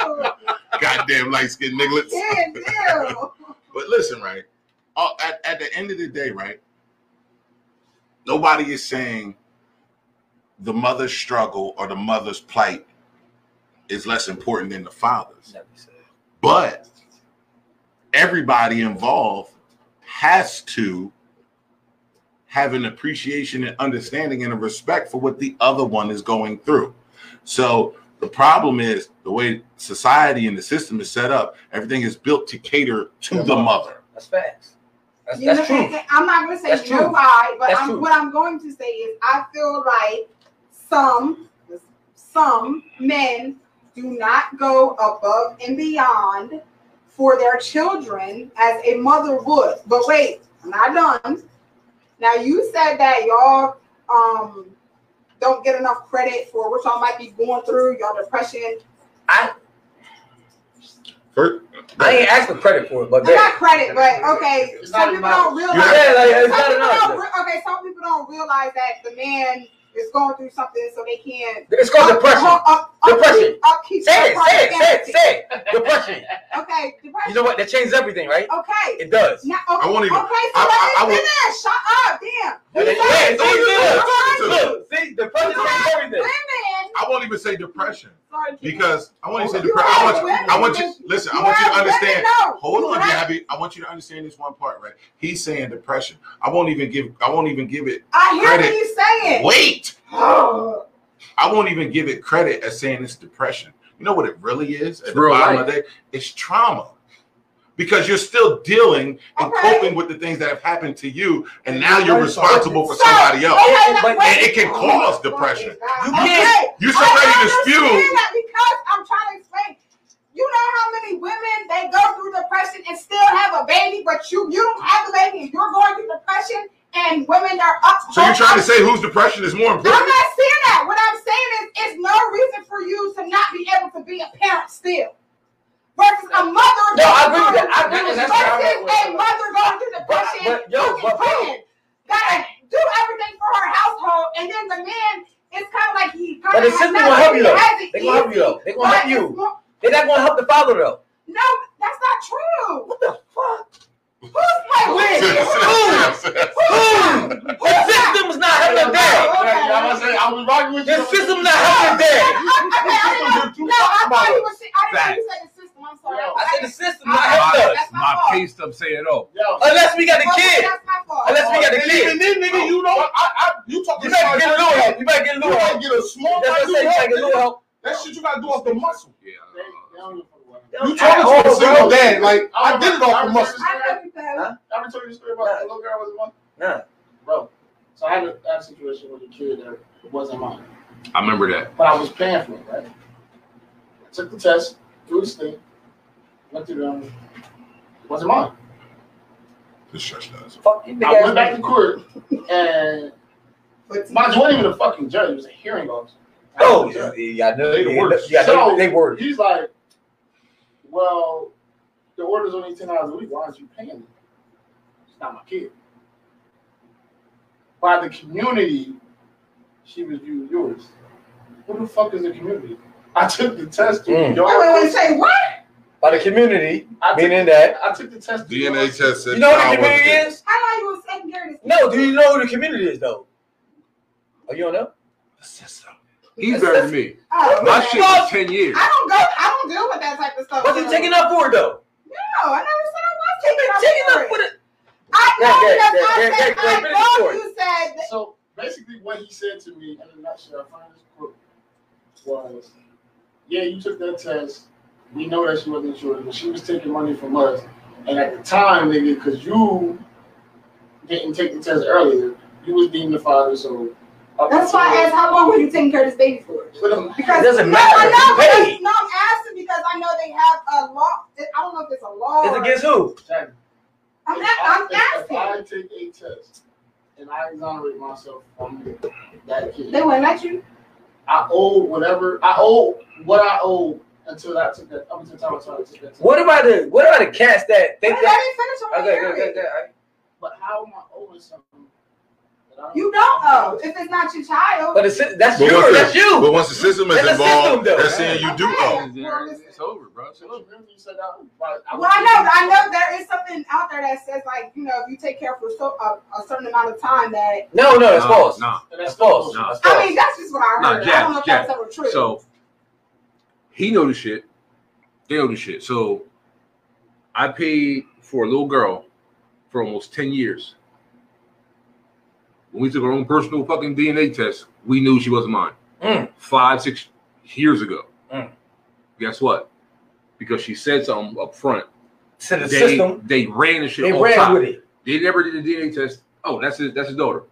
A: uh, (laughs) damn. Goddamn light skinned nigglets.
J: oh, Damn, damn.
A: But listen, right? uh, At, at the end of the day, right? Nobody is saying the mother's struggle or the mother's plight is less important than the father's.
E: Never said.
A: But everybody involved has to have an appreciation and understanding and a respect for what the other one is going through. So the problem is the way society and the system is set up, everything is built to cater to the mother.
E: That's facts. That's,
J: You
E: that's
J: know,
E: true.
J: I'm not going to
E: That's
J: say you know
E: true.
J: why, but
E: That's
J: I'm,
E: true.
J: what I'm going to say is I feel like some some men do not go above and beyond for their children as a mother would. But wait, I'm not done. Now you said that y'all um don't get enough credit for what y'all might be going through, y'all depression.
A: First,
E: I ain't asking credit for it, but
J: Well,
E: yeah.
J: Not credit, but okay.
H: It's
J: Some
H: not
J: people
H: enough.
J: don't realize.
E: Yeah, like, it's
J: some
E: not
J: people
E: enough.
J: don't re- okay, some people don't realize that the man is going through something, so they can't.
E: It's called depression.
J: Up, up,
E: Depression.
J: Upkeep, upkeep
E: Say it, say
J: their
E: it, say it,
J: productivity.
E: say it. Depression.
J: Okay, depression.
E: You know what? That changes everything, right?
J: Okay.
E: It does.
J: Now, okay,
A: I won't even-
J: Okay, so
A: I- I- I
J: let me
A: won't-
J: finish. Shut up, damn.
E: Yeah,
J: You
E: see,
J: guys- you guys-
E: see, look, look, see, depression
J: you guys-
E: changes everything.
J: Women.
A: I won't even say depression
J: Sorry, Kim.
A: because I want you to say
J: You
A: depression. I
J: have
A: want you, I want you listen. I want you to
J: have women,
A: understand.
J: no.
A: Hold
J: You
A: on,
J: have-
A: Gabby. I want you to understand this one part, right? He's saying depression. I won't even give. I won't even give it
J: I hear what
A: Credit.
J: you're saying. (gasps)
A: Wait.
J: Oh,
A: I won't even give it credit as saying it's depression. You know what it really is? At the
G: real
A: bottom of the day, it's trauma. Because you're still dealing and
J: Okay.
A: coping with the things that have happened to you, and now you're responsible for
J: So,
A: somebody else.
J: okay,
E: And-
J: now
E: but-
J: wait.
A: and it can cause depression.
J: Okay.
E: You can't-
A: You're
J: I
A: so ready to
J: understand
A: spew.
J: that because I'm trying to explain. You know how many women they go through depression and still have a baby, but you you don't have the baby and you're going through depression, and women are up.
A: So you're trying to say whose depression is more
J: I'm
A: important?
J: not saying that. What I'm saying is, it's no reason for you to not be to be a parent still. Versus a mother.
E: No, I agree with that. I agree with that. That's where I'm at
J: Versus
E: with
J: a
E: it.
J: mother going through
E: But-
J: depression,
E: but, yo,
J: fucking
E: but, bro.
J: praying, gotta do everything for her household, and then the man is kind of like he kind
E: But
J: of
E: the system gonna help you though. They gonna help you though. They gonna help you. They're not gonna help the father though.
J: No, that's not true.
E: What the fuck?
J: Who's my
A: (laughs)
J: win?
E: Who? The system's not helping dad.
H: I say I was rocking with you.
E: The system's not helping dad.
J: No, I thought he was. I didn't know you said the system. I'm sorry.
E: I said the system's not
G: My,
E: helping us.
J: That's my
G: my
J: fault.
G: pay stub say it all.
H: Yo,
E: Unless we got a kid.
J: That's my fault.
E: Unless we got a
H: and even
E: kid.
H: then, nigga, you know, I, I, you talking
E: You better
H: about-
E: get a little help. You better get a
H: You
E: little
H: gotta
E: help.
H: get a small
E: That's what I
H: might
E: say. You gotta get a
H: do
E: little
H: help.
E: help.
H: That shit you gotta do off the muscle.
G: Yeah. I
H: You
E: Yo,
G: don't know.
H: talking to a
E: asshole,
H: single
E: bro.
H: dad? Like I did it off the muscle.
J: I think so.
H: I ever told you the story about the little girl I was one?
E: Nah.
H: Bro, so I had a, I had a situation with a kid that wasn't mine,
G: I remember that.
H: but I was paying for it, right? I took the test, threw this thing, went through them, wasn't mine.
A: Just shut your ass up.
E: Fuck you,
H: I went back
E: nigga.
H: to court, and mind you, wasn't even a fucking judge, it was a hearing officer. I
E: Oh,
H: was a judge.
E: yeah, I know.
H: They the worst.
E: Yeah,
H: So,
E: they, they were.
H: He's like, well, the order's only ten hours a week. Why aren't you paying me? It's not my kid. By the community, she was viewed as yours. Who the fuck is the community? I took the test. to
E: Mm.
H: your-
J: Wait, wait, wait. Say what?
E: By the community,
H: I took,
E: meaning that.
H: I took the test. to your-
A: DNA test said
E: You know what
A: John
E: the community
A: wasn't
E: is?
J: How long you was taking care of this?
E: No, do you know who the community is, though? Oh, you don't know? The system.
G: He's better than me.
J: Oh,
G: My
J: okay.
G: shit was ten years.
J: I don't go. I don't deal with that type of stuff.
E: What's he taking up for, though?
J: No, I never said I was
E: He been
J: taking up.
E: taking
J: for
E: up
J: it.
E: for the.
J: I know
E: Yeah, yeah,
J: because
E: yeah, yeah,
J: I said
E: yeah, yeah,
J: I know
E: finish
J: you said. that-
H: So basically, what he said to me in a nutshell, I find this quote was, "Yeah, you took that test. We know that she wasn't insured, but she was taking money from us. And at the time, nigga, because you didn't take the test earlier, you was deemed the father. So up
J: That's why I
H: until-
J: asked how long were you taking care of this baby for?
H: But I'm-
J: Because
E: It doesn't
J: no,
E: matter.
J: I
E: You
J: know, because-
E: paid.
J: no, I'm asking because I know they have a law. I don't know if it's a law.
E: It's
J: or-
E: against who?
H: Jack,
J: I'm,
H: if
J: not, I'm
H: I- if-
J: asking.
H: If I take a test and I exonerate myself from that kid,
J: They wouldn't let you.
H: I owe whatever I owe what I owe until I took that up until the time I started to take that test.
E: What about the what about the cats that
J: They,
E: think
J: let
E: that?
J: me finish on my
E: Okay,
J: area.
E: okay, okay. all right.
H: But how am I owing something? that I
J: You don't owe if it's not your child.
E: But it's, that's
A: But
E: you.
A: what's
E: That's
A: it?
E: you.
A: But once the system is
E: That's a system,
A: involved,
E: though.
A: they're saying you do owe.
G: It's over, bro. It's
H: So
G: over.
H: you really said that, but
J: Well, I know, I know there is something out there that says like you know if you take care for so a, a certain amount of time that
E: No, Oh, no, that's
G: Nah,
E: false.
G: nah.
E: That's
H: And that's
E: false.
G: Nah.
E: That's
J: I
E: false.
J: mean that's just what I
G: Nah,
J: heard. I
G: Jack,
J: don't know if
G: Jack.
J: that's ever true.
G: So he know the shit. They know the shit. So I paid for a little girl for almost 10 years. When we took our own personal fucking DNA test, we knew she wasn't mine.
E: Mm.
G: Five, six years ago.
E: Mm.
G: Guess what? Because she said something up front.
E: To the
G: They,
E: system,
G: they ran the shit.
E: they
G: on
E: ran
G: top.
E: with it.
G: They never did a DNA test. Oh, that's his that's his daughter.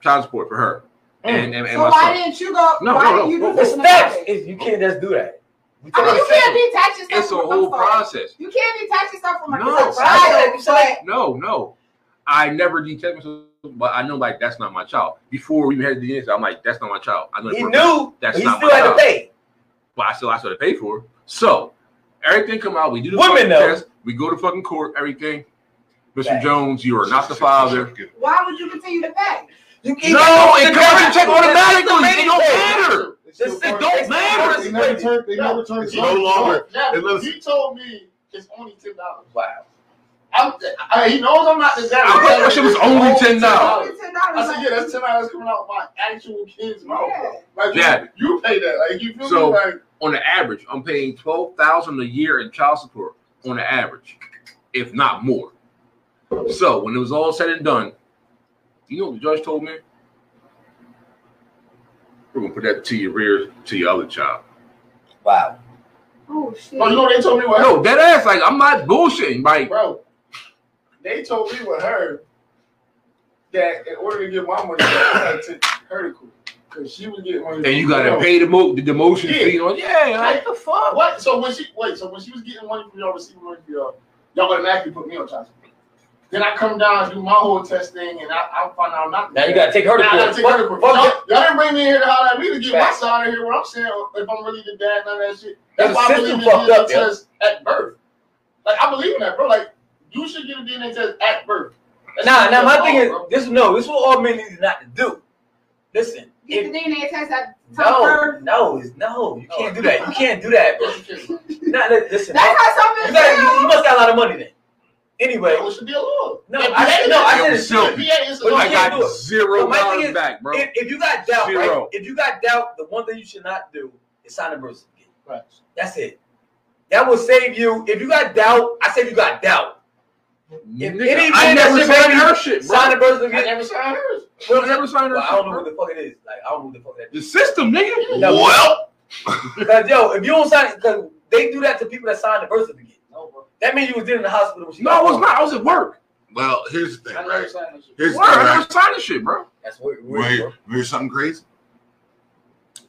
G: Child support for her.
E: Mm.
G: And, and, and
J: so
G: my
J: why
G: son.
J: didn't you go?
G: No,
J: why
G: no,
J: didn't you
G: no,
J: do
E: The
J: this?
E: steps is you can't just do that. We
J: I mean, you
E: talking
J: can't detach yourself.
G: it's a
J: from
G: whole
J: somebody.
G: process.
J: You can't detach yourself from a
G: No.
J: child.
E: I- I-
J: but-
G: No, no. I never detect myself, but I know like that's not my child. Before we even had the answer, I'm like, that's not my child. I know
E: He
G: for a
E: knew, but
G: That's
E: he
G: not
E: still
G: my
E: had to
G: job.
E: pay.
G: fact, but I still I still had to pay for it. So everything come out. We do the
E: Women,
G: fucking
E: though.
G: test. We go to fucking court. Everything. Mr.
E: Facts.
G: Jones, you are not the father.
J: Why would you continue to pay?
E: You
G: No, it comes and check automatically. It don't matter.
E: This is don't matter.
H: They never turned. They never turned.
A: It's no longer-
H: Yeah,
A: it looks-
H: he told me it's only ten dollars.
E: Wow.
H: I'm. I, he knows I'm not the guy. Oh,
G: I wish that shit was only $10.
J: Only ten
H: I
J: dollars.
H: said, yeah, that's ten dollars coming out of my actual kid's mouth.
J: Yeah.
H: Like
G: Yeah.
H: you, you pay that. Like you feel
G: So-
H: me? Like
G: On the average, I'm paying twelve thousand a year in child support. On the average, if not more. So when it was all said and done, you know what the judge told me? We're gonna put that to your rear to your other child.
E: Wow.
J: Oh shit.
H: oh, you know what they told me what?
G: No, that ass. Like I'm not bullshitting. Like
H: bro. They told me with her that in order to get my money, I had to take her to court because she was getting money.
G: and you
H: from
G: gotta
H: y'all.
G: pay the mo the demotion
H: Yeah.
G: fee. You know, yeah, like the fuck.
H: What? So when she wait, so when she was getting money from y'all, receiving money from y'all, y'all automatically put me on child support. Then I come down and do my whole test thing, and I, I find out not.
E: Now you gotta take her to
H: Now I
E: court.
H: gotta take her to court.
E: Fuck-
H: Y'all,
E: fuck-
H: y'all didn't bring me here to holler at me to get my
E: Fact.
H: side of here. What I'm saying, if I'm really the dad, none of that shit.
E: That's
H: That's why
E: the
H: I believe in
E: system
H: DNA
E: fucked up, yo.
H: test at birth. Like I believe in that, bro. Like you should get a DNA test at birth. That's
E: Nah,
H: what
E: now
H: I'm
E: my
H: saying,
E: thing is
H: bro.
E: this. No, this is what all men need to not to do. Listen,
J: Get the
E: if,
J: DNA test at top
E: no,
J: birth.
E: no, it's- no, you can't do that. You can't do that, bro. Not li- listen.
J: That's how
E: you,
J: something
E: gotta- you- you
J: feels.
E: must got a lot of money then. Anyway,
H: It should be a law.
E: No,
H: And
E: I-
H: PA
E: no, I
H: is-
E: didn't- Oh
G: Silk,
H: PA is a
E: But you
H: law.
G: I
E: can't do
G: got
E: it.
G: zero
E: But my thing
G: dollars
E: is,
G: back, bro.
E: if, if you got doubt, right?
G: Zero.
E: If you got doubt, the one thing you should not do is sign a birth certificate.
H: Right.
E: That's it. That will save you. If you got doubt, I say if you got doubt. If
G: Nigga,
E: any
G: I
E: man that
G: never
E: shit
G: signed
E: ready,
G: her shit, bro.
E: Sign a birth
H: I
E: certificate.
H: never signed hers.
G: I never signed her
E: Well, I don't
G: shit.
E: know what
G: bro.
E: the fuck it is. Like I don't know what the fuck that
G: The system, nigga.
E: No.
G: Well,
E: is. Because yo, if you don't sign, because they do that to people that sign the birth certificate.
H: No, bro.
E: That means you was in the hospital. When she
G: no, I
E: got
G: was
E: born.
G: not. I was at work.
A: Well, here's the
H: I
A: thing,
H: never
A: right?
H: signed hers.
A: Here's the
G: Word, I
A: thing,
G: never signed this shit, bro.
E: That's weird. weird,
A: right?
E: bro.
A: Wait, here's something crazy.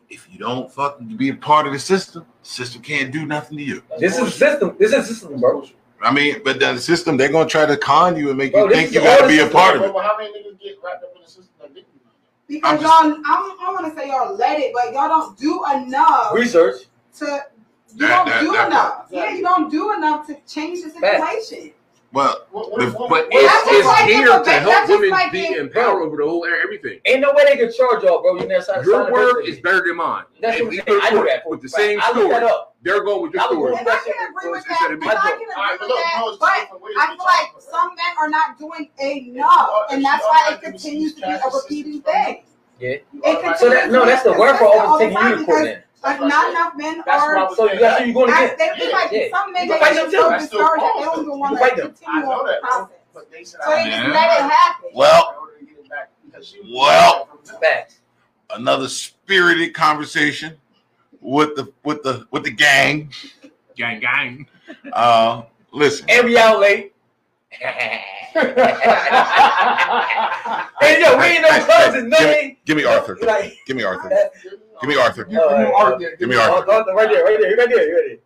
A: If you don't fucking be a part of the system, system can't do nothing to you.
E: This is system. This is system, bro.
A: I mean, but the system, they're gonna try to con you and make
E: Bro,
A: you
E: this
A: think
E: is
A: you
E: all
A: gotta
E: the
A: be a
E: system,
A: part of it.
H: But how many niggas get wrapped up in the system that didn't?
J: Because
A: I'm
J: y'all,
A: just-
J: I'm, I want to say y'all let it, but y'all don't do enough
E: Research.
J: to.
A: That-
J: You don't
A: that-
J: do
A: that
J: enough.
H: part.
J: Yeah, you don't do enough to change the
E: Facts.
J: situation.
A: Well,
H: What,
A: The- but
J: Well, that's
G: It's,
J: just
G: it's
J: like
G: here
J: it, but
G: to
J: that's
G: help
J: just
G: women
J: like
G: be
J: it.
G: empowered over the whole everything.
E: Ain't no way they can charge y'all, bro. You never signed. signed
G: Your
E: a
G: word
E: birth
G: is
E: certificate.
G: better than mine.
E: That's
G: And
E: what
G: we
E: I'm
G: go
E: saying. I know
G: for it
E: that for
G: with the
E: a fact.
G: same
E: I looked that
G: story.
E: up.
G: They're going with your
E: I was
G: story.
E: born-
J: And I can agree with that, and I can
H: All right,
J: agree
H: but
J: with
H: look,
J: that,
H: no, it's
J: but
H: different ways
J: I
H: we
J: feel like
H: talk about
J: some men are not doing enough, and that's why it continues to be a repeating thing.
E: Yeah.
J: It continues.
E: So that no, that's the word for
J: all
E: always taking
J: the
E: you
J: time
E: to court.
J: because,
E: Then.
J: like, not enough men
H: That's
J: are.
H: why we-
E: So that's how you going
J: I,
E: again.
J: they feel like
E: Yeah, yeah.
J: some men
E: You
J: they
E: fight
J: get
E: them too.
J: so
H: That's still
J: discouraged that they
H: wrong.
J: don't even want
E: You
J: to
E: fight them.
J: continue
H: I know
J: on the
H: that, bro.
J: process.
H: But they said
J: So
H: I
J: they
H: had
J: just
A: Yeah.
J: let it happen.
A: well,
H: in order to get it back because she was-
A: Well.
E: Facts.
A: another spirited conversation with the with the with the gang.
G: Gang, gang.
A: Uh, listen,
E: And we out late. (laughs)
A: (laughs)
E: and yo, we ain't no
A: Hey, hey,
E: clubs
A: give
E: and nothing.
A: me, give me Arthur. (laughs)
E: Like, (laughs)
A: Give me Arthur. Give me
H: Arthur.
A: Arthur.
E: All right, all right.
A: Give me Arthur.
E: Oh, oh, right there, right there, right there,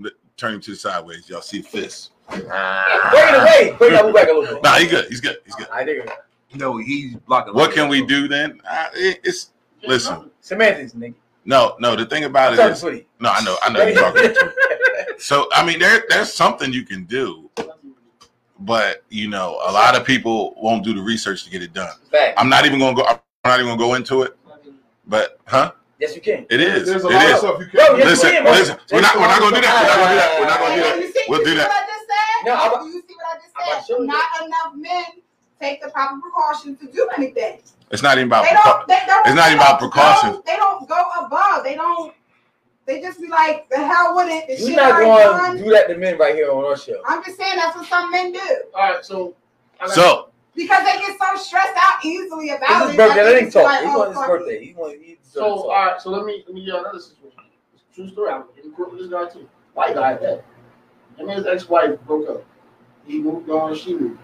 E: right
A: Turn him to the sideways. Y'all see fist.
E: there. Break it away. Break it. I'll move back a little bit.
A: Nah, he good. He's good. He's good.
E: I think
G: No, he's blocking.
A: What can we do then? Uh, it, it's listen.
E: semantics, nigga.
A: No, no. The thing about
E: I'm
A: it
E: talking
A: is,
E: to you.
A: no, I know, I know you're talking.
E: (laughs)
A: So I mean, there there's something you can do, but you know, a lot of people won't do the research to get it done.
E: Fact.
A: I'm not even gonna go. I'm not even gonna go into it. But huh?
E: Yes, you can.
A: It is.
H: There's a
A: It
H: lot of
A: is.
H: stuff you
E: Bro,
H: can't.
E: yes,
A: Listen,
E: we can, bro.
A: listen. We're not. We're not gonna do that. We're not gonna do that. We're not gonna do
J: You see,
A: We'll
J: you
A: do
J: see
A: that.
J: what I just said?
E: No, I'm-
J: you see what I
E: I'm about
J: just
E: to show
J: said?
E: you
J: Not enough men take the proper precautions to do anything.
A: that. It's not even about.
J: They don't. They don't.
A: It's not
J: they
A: even about
J: don't
A: precaution.
J: Go, they don't go above. They don't. They just be like, the hell with it. The
E: You're
J: shit
E: not
J: already
E: going to
J: done.
E: do that to men right here on our show.
J: I'm just saying that's what some men do
H: All right, so. I got-
A: So
J: because they get so stressed out easily
E: It's
J: about
E: his
J: it.
E: birthday.
J: that they
E: Let him
J: just
E: talk.
J: like,
E: He
J: oh,
E: wants his
J: fuck it.
E: birthday. He wants. He deserves to
H: So, all
E: talk.
H: right, so let me let me get another situation. It's a true story. I was in court with this guy too. White guy at that. Him and his ex-wife broke up. He moved on, she moved.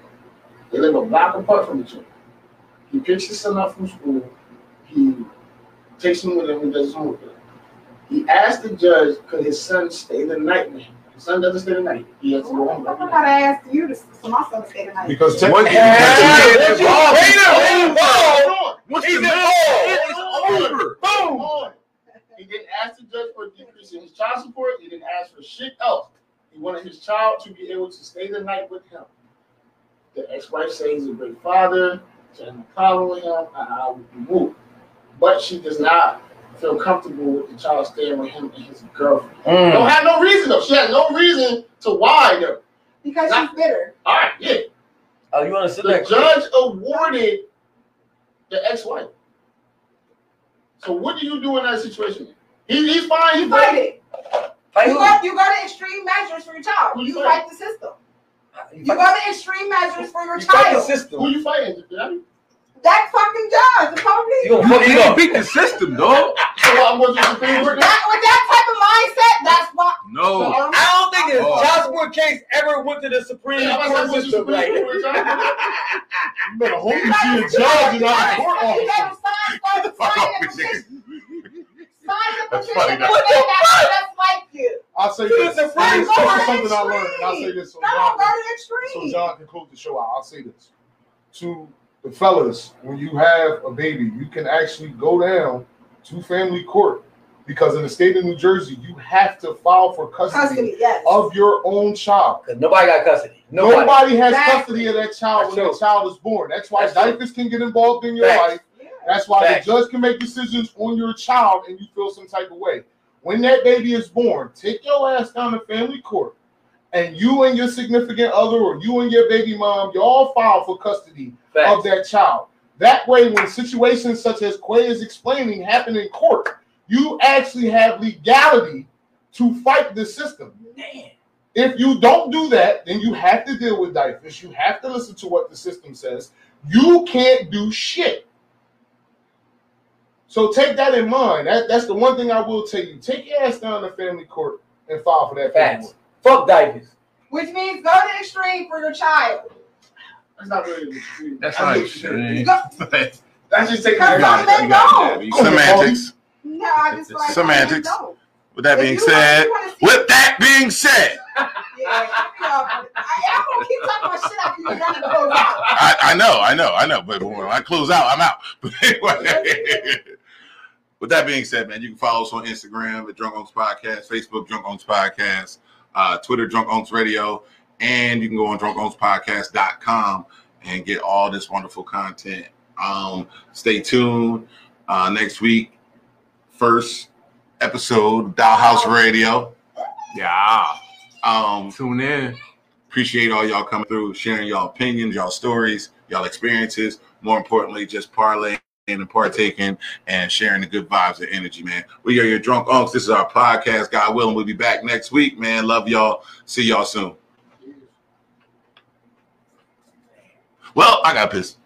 H: They live a block apart from each other. He picks his son up from school. He takes him with him and does his homework. with him. He asked the judge, could his son stay the night with him? His son doesn't stay the night. He has to go
J: I'm
H: home. every
J: gonna
H: night.
J: ask you to so my son stay tonight.
H: Because
G: Once you
E: Yeah,
G: get
E: once you-
G: involved,
E: Wait a minute.
G: it's over.
H: Come on.
G: Once
E: He's involved.
G: the man said it's over.
H: Boom! He didn't ask the judge for a decrease in his child support. He didn't ask for shit else. He wanted his child to be able to stay the night with him. The ex-wife says he's a great father. She has no problem with him. And I would move. But she does not feel comfortable with the child staying with him and his girlfriend. Don't have no reason though. She had no reason to why though.
J: because she's bitter.
H: All right, yeah.
E: Oh, you want to sit
H: The
E: back?
H: judge awarded the ex-wife. So what do you do in that situation? He, he's fine. He's
J: You fight
H: fine.
J: it.
E: Fight
J: You
E: who?
J: go, you go to extreme measures for your child.
H: Who
J: You
H: you
J: fight the system.
E: You
J: You go
E: fight-
J: to extreme measures for your
E: you fight the
J: child.
E: system.
H: Who you fighting? Did I-
J: That fucking judge, the police.
E: You gonna
G: You
E: fuck it
G: can't
E: up.
G: beat the system, dog.
H: So I'm going to the Supreme
J: (laughs)
H: Court now?
J: That with that type of mindset, that's why.
G: No.
H: So I'm-
E: I don't think the
G: Oh.
E: child support case ever went to the Supreme
H: Yeah, I'm
E: Court
H: going to the
E: system.
H: Supreme
E: Like,
H: Court, y'all.
I: You better hold your
J: You
I: shit in
J: gotta-
I: judge and not in court
J: You
I: office.
J: gotta sign, sign,
A: fuck
J: sign
A: off
J: the
A: me,
J: petition.
A: niggas.
J: Sign the
A: That's
J: petition
A: funny,
J: and say that's just like you.
C: I'll say
J: He
C: this.
J: is a
C: This
J: friend
C: is something I
J: of
C: learned, and I'll say this. So
J: Come on, go
C: John,
J: to the
C: so
J: extreme.
C: John can close the show out. I'll say this to the fellas: when you have a baby, you can actually go down to family court because in the state of New Jersey, you have to file for custody
J: Custody, yes.
C: of your own child.
E: Because nobody got custody. Nobody.
C: Nobody, has
J: Exactly.
C: custody of that child when
E: That's
C: that child is born. That's why
E: That's true.
C: diapers can get involved in your
E: Facts.
C: life. That's why
E: Facts.
C: the judge can make decisions on your child and you feel some type of way. When that baby is born, take your ass down to family court and you and your significant other or you and your baby mom, y'all file for custody
E: Facts.
C: of that child. That way, when situations such as Quay is explaining happen in court, you actually have legality to fight the system.
E: Man.
C: If you don't do that, then you have to deal with DIFUS. You have to listen to what the system says. You can't do shit. So take that in mind. That, that's the one thing I will tell you. Take your ass down to family court and file for that family
E: Facts. Fuck diapers.
J: Which means go to the extreme for your child.
C: That's not really extreme.
G: That's
C: I
G: not
C: think-
G: (laughs) extreme.
J: Go-
C: That's just taking
J: That's
C: it out.
J: not let go.
A: Semantics.
J: No, I just feel like
A: Semantics.
J: No.
A: With that
J: If
A: being
J: you wanna-
A: said,
J: you wanna see-
A: with that being said,
J: Yeah, you know, I, I'm gonna keep talking about shit after you're done in the whole time.
A: I, I know, I know, I know. But when I close out, I'm out. (laughs) But anyway. With that being said, man, you can follow us on Instagram at Drunk Onks Podcast, Facebook Drunk Onks Podcast, uh, Twitter Drunk Onks Radio, and you can go on drunkonkspodcast.com and get all this wonderful content. Um, stay tuned uh, next week, first episode Dow House Radio.
G: Yeah.
A: Um,
G: Tune in.
A: appreciate all y'all coming through, sharing y'all opinions, y'all stories, y'all experiences. More importantly, just parlaying and partaking and sharing the good vibes and energy, man. We are your drunk unks. This is our podcast. God willing, we'll be back next week, man. Love y'all. See y'all soon. Well, I got pissed.